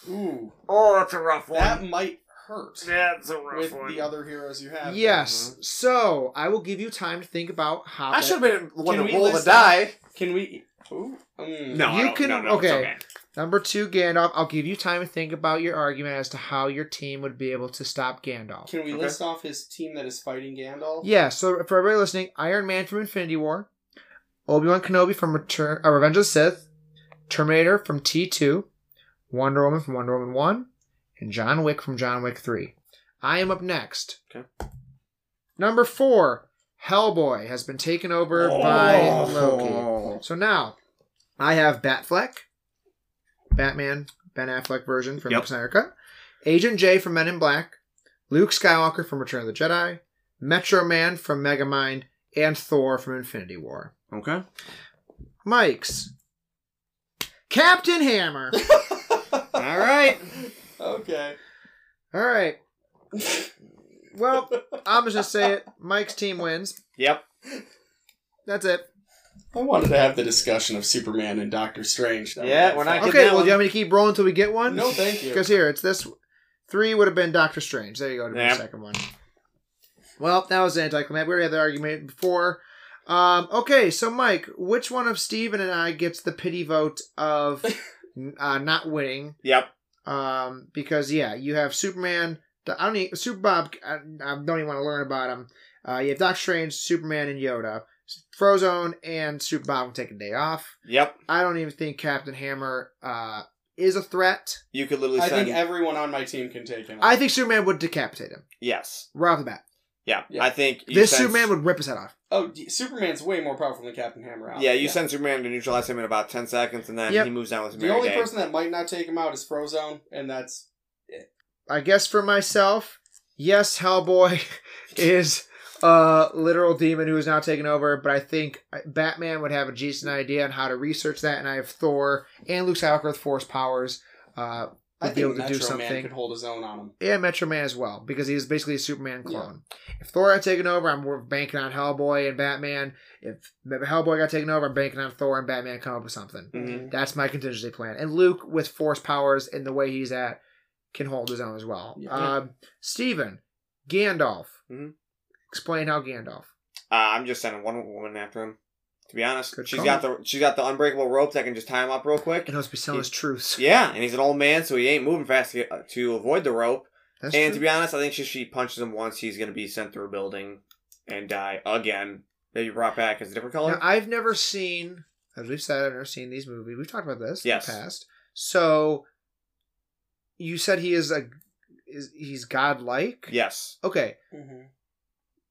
S3: Ooh,
S4: Oh, that's a rough
S3: that might hurt
S4: That's a
S3: with the other heroes you have.
S1: Yes. So I will give you time to think about how.
S4: I should have been one to
S3: Can we
S4: roll the
S3: list
S4: die.
S3: Can we? Ooh, mm.
S4: No,
S1: You
S4: you I
S1: can-
S4: don't, can. No, no, it's
S1: okay.
S4: okay.
S1: Number two, Gandalf. I'll give you time to think about your argument as to how your team would be able to stop Gandalf.
S3: Can we
S4: Okay.
S3: list off his team that is fighting Gandalf?
S1: Yeah, so for everybody listening, Iron Man from Infinity War, Obi Wan Kenobi from Return, uh, Revenge of the Sith, Terminator from T2, Wonder Woman from Wonder Woman 1, and John Wick from John Wick 3. I am up next.
S4: Okay.
S1: Number four, Hellboy has been taken over
S4: Oh.
S1: by Loki. So now, I have Batfleck, Batman, Ben Affleck version from
S2: Yep.
S1: Zack Snyder Cut, Agent J from Men in Black, Luke Skywalker from Return of the Jedi, Metro Man from Megamind, and Thor from Infinity War.
S2: Okay.
S1: Mike's Captain Hammer.
S4: All right.
S3: Okay.
S1: All right. Well, I'm just gonna say it. Mike's team wins.
S4: Yep.
S1: That's it.
S3: I wanted to have the discussion of Superman and Doctor Strange. That
S4: Yeah,
S3: would've
S4: we're
S3: been
S4: not
S3: fun.
S4: Get
S1: Okay.
S4: that
S1: Well, do you want
S4: one.
S1: me to keep rolling until we get one?
S3: No, thank you.
S1: Because here, it's this. Three would have been Doctor Strange. There you go. To be
S4: Yeah.
S1: the second one. Well, that was anticlimactic. We already had that argument before. Um, okay, so Mike, which one of Steven and I gets the pity vote of uh, not winning?
S4: Yep.
S1: Um, because yeah, you have Superman. I don't even, Super Bob. I, I don't even want to learn about him. Uh, you have Doctor Strange, Superman, and Yoda. Frozone and Super Bob can take a day off.
S4: Yep.
S1: I don't even think Captain Hammer uh, is a threat.
S4: You could literally
S3: I
S4: send.
S3: think everyone on my team can take him.
S1: I think Superman would decapitate him
S4: yes.
S1: right off the bat.
S4: Yeah.
S3: Yeah.
S4: I think you
S1: this
S4: send-
S1: Superman would rip his head off.
S3: oh, D- Superman's way more powerful than Captain Hammer. Out.
S4: Yeah, you send Superman to neutralize him in about ten seconds, and then
S1: Yep.
S4: he moves down with
S3: The
S4: Mary
S3: only
S4: Jane.
S3: person that might not take him out is Frozone, and that's
S1: I guess for myself, yes, Hellboy is a literal demon who is now taken over, but I think uh, Batman would have a decent idea on how to research that, and I have Thor and Luke Skywalker with force powers. Uh,
S3: I
S1: Would be
S3: think
S1: able to
S3: Metro
S1: do
S3: Man
S1: something.
S3: could hold his own on him.
S1: and Metro Man as well, because he's basically a Superman clone. If Thor had taken over, I'm we're banking on Hellboy and Batman. If Hellboy got taken over, I'm banking on Thor and Batman come up with something.
S4: Mhm.
S1: That's my contingency plan. And Luke, with force powers and the way he's at, can hold his own as well.
S3: Yeah.
S1: Um, Steven, Gandalf.
S4: Mhm.
S1: Explain how Gandalf.
S4: Uh, I'm just sending one woman after him. To be honest,
S1: Good
S4: she's
S1: call.
S4: got the she's got the unbreakable rope that can just tie him up real quick.
S1: And he'll be telling his truths.
S4: Yeah, and he's an old man, so he ain't moving fast to, get, uh, to avoid the rope.
S1: That's
S4: and to
S1: true.
S4: be honest, I think she, she punches him once, he's gonna be sent through a building and die again. Maybe brought back as a different color.
S1: Now, I've never seen, as we've said, I've never seen these movies. We've talked about this
S4: Yes.
S1: in the past. So, you said he is a, is he's godlike.
S4: yes.
S1: Okay.
S4: Mm-hmm.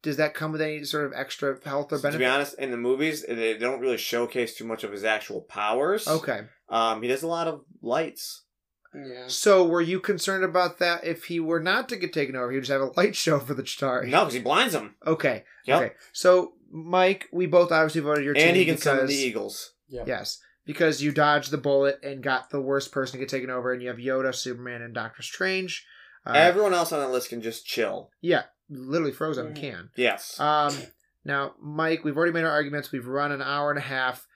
S1: Does that come with any sort of extra health or
S4: So to be
S1: benefit?
S4: honest, in the movies, they they don't really showcase too much of his actual powers.
S1: Okay.
S4: Um, he does a lot of lights.
S3: Yeah.
S1: So, were you concerned about that if he were not to get taken over? He would just have a light show for the Chitari.
S4: No, because he blinds him,
S1: Okay.
S4: Yep.
S1: Okay. So, Mike, we both obviously voted your team
S4: and he can
S1: because
S4: summon the eagles.
S1: yes, because you dodged the bullet and got the worst person to get taken over, and you have Yoda, Superman, and Doctor Strange. Uh,
S4: Everyone else on that list can just chill.
S1: literally frozen
S3: Mhm.
S4: Mm.
S1: can.
S4: Yes.
S1: Um, now, Mike, we've already made our arguments. We've run an hour and a half.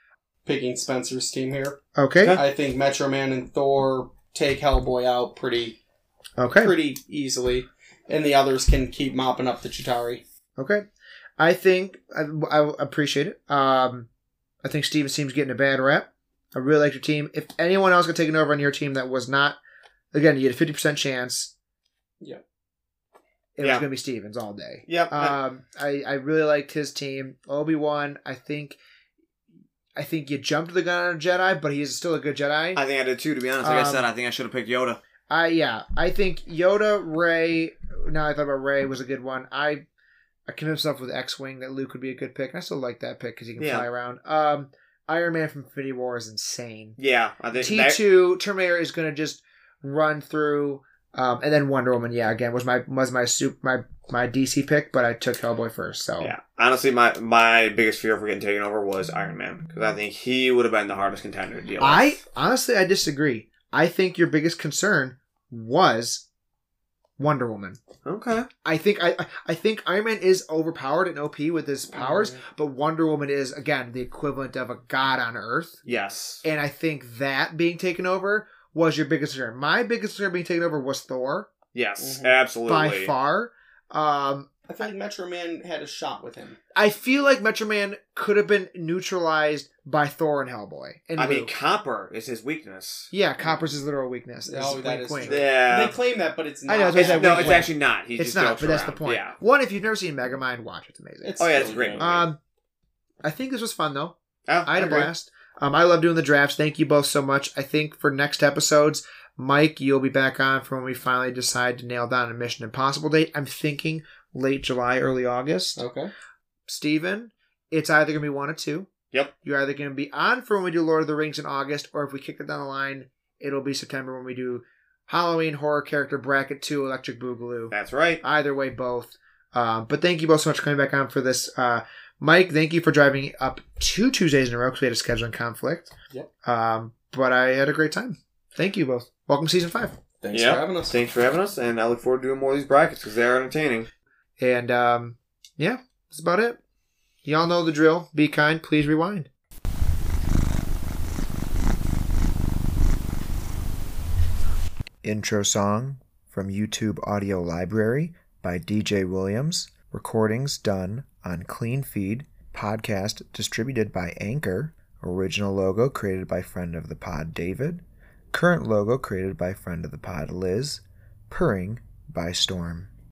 S3: Picking Spencer's team here,
S1: Okay.
S3: I think Metro Man and Thor take Hellboy out pretty
S1: Okay.
S3: pretty easily, and the others can keep mopping up the Chitari.
S1: Okay. I think I, I appreciate it. Um, I think Steven's team's getting a bad rap. I really like your team. If anyone else got taken over on your team that was not, again, you had a 50% chance.
S3: Yeah.
S1: It was
S4: Yeah.
S1: going to be Stevens all day.
S4: yep.
S1: Um, I, I really liked his team. Obi Wan, I think, I think you jumped the gun on a Jedi, but he's still a good Jedi.
S4: I think I did too. To be honest,
S2: Like I
S1: Um,
S2: said, I think I should have picked Yoda.
S1: I yeah, I think Yoda, Ray. Now I thought about Ray was a good one. I I convinced myself with X Wing that Luke would be a good pick. And I still like that pick because he can
S4: Yeah.
S1: fly around. Um, Iron Man from Infinity War is insane.
S4: Yeah, I think
S1: T
S4: that-
S1: two Terminator is going to just run through, um, and then Wonder Woman. Yeah, again was my was my soup my my DC pick, but I took Hellboy first. So
S4: Yeah, honestly, my my biggest fear for getting taken over was Iron Man because I think he would have been the hardest contender to deal with.
S1: I honestly I disagree. I think your biggest concern was Wonder Woman.
S4: okay,
S1: I think I I- I think Iron Man is overpowered and OP with his
S3: Mm-hmm.
S1: powers, but Wonder Woman is again the equivalent of a god on Earth.
S4: yes,
S1: And I think that being taken over was your biggest concern. My biggest concern being taken over was Thor
S4: yes,
S3: Mhm.
S4: absolutely.
S1: by far. Um,
S3: I feel like Metro Man had a shot with him.
S1: I feel like Metro Man could have been neutralized by Thor and Hellboy. And
S4: I mean,
S1: Luke.
S4: copper is his weakness.
S1: yeah, Copper's his literal weakness.
S3: No,
S1: is
S3: that
S1: Wink
S3: is
S1: Wink.
S3: true.
S4: Yeah,
S3: They claim that, but it's not.
S1: I know, that's what I
S4: It's-
S1: said,
S4: no,
S1: wink,
S4: it's
S1: wink.
S4: actually not. He
S1: It's
S4: just
S1: not,
S4: jokes
S1: but that's the
S4: around.
S1: point.
S4: Yeah,
S1: One, if you've never seen Megamind, watch it's amazing.
S3: It's
S4: Oh, yeah, it's
S3: so
S4: great.
S3: good.
S1: Um, I think this was fun though.
S4: Oh,
S1: I had a
S4: okay.
S1: blast. Um, I love doing the drafts. Thank you both so much. I think for next episodes, Mike, you'll be back on for when we finally decide to nail down a Mission Impossible date. I'm thinking late July, early August.
S3: okay.
S1: Steven, it's either going to be one or two.
S4: Yep.
S1: You're either going to be on for when we do Lord of the Rings in August, or if we kick it down the line, it'll be September when we do Halloween Horror Character Bracket 2 Electric Boogaloo.
S4: That's right.
S1: Either way, both. Um, but thank you both so much for coming back on for this. Uh, Mike, thank you for driving up two Tuesdays in a row because we had a scheduling conflict.
S3: Yep.
S1: Um, but I had a great time. Thank you both. Welcome to season five.
S3: Thanks
S4: Yeah.
S3: for having us.
S4: Thanks for having us, and I look forward to doing more of these brackets because they are entertaining.
S1: And um, yeah, that's about it. Y'all know the drill. Be kind. Please rewind. Intro song from YouTube Audio Library by DJ Williams. Recordings done on Clean Feed. Podcast distributed by Anchor. Original logo created by friend of the pod David. Current logo created by friend of the pod Liz. Purring by Storm.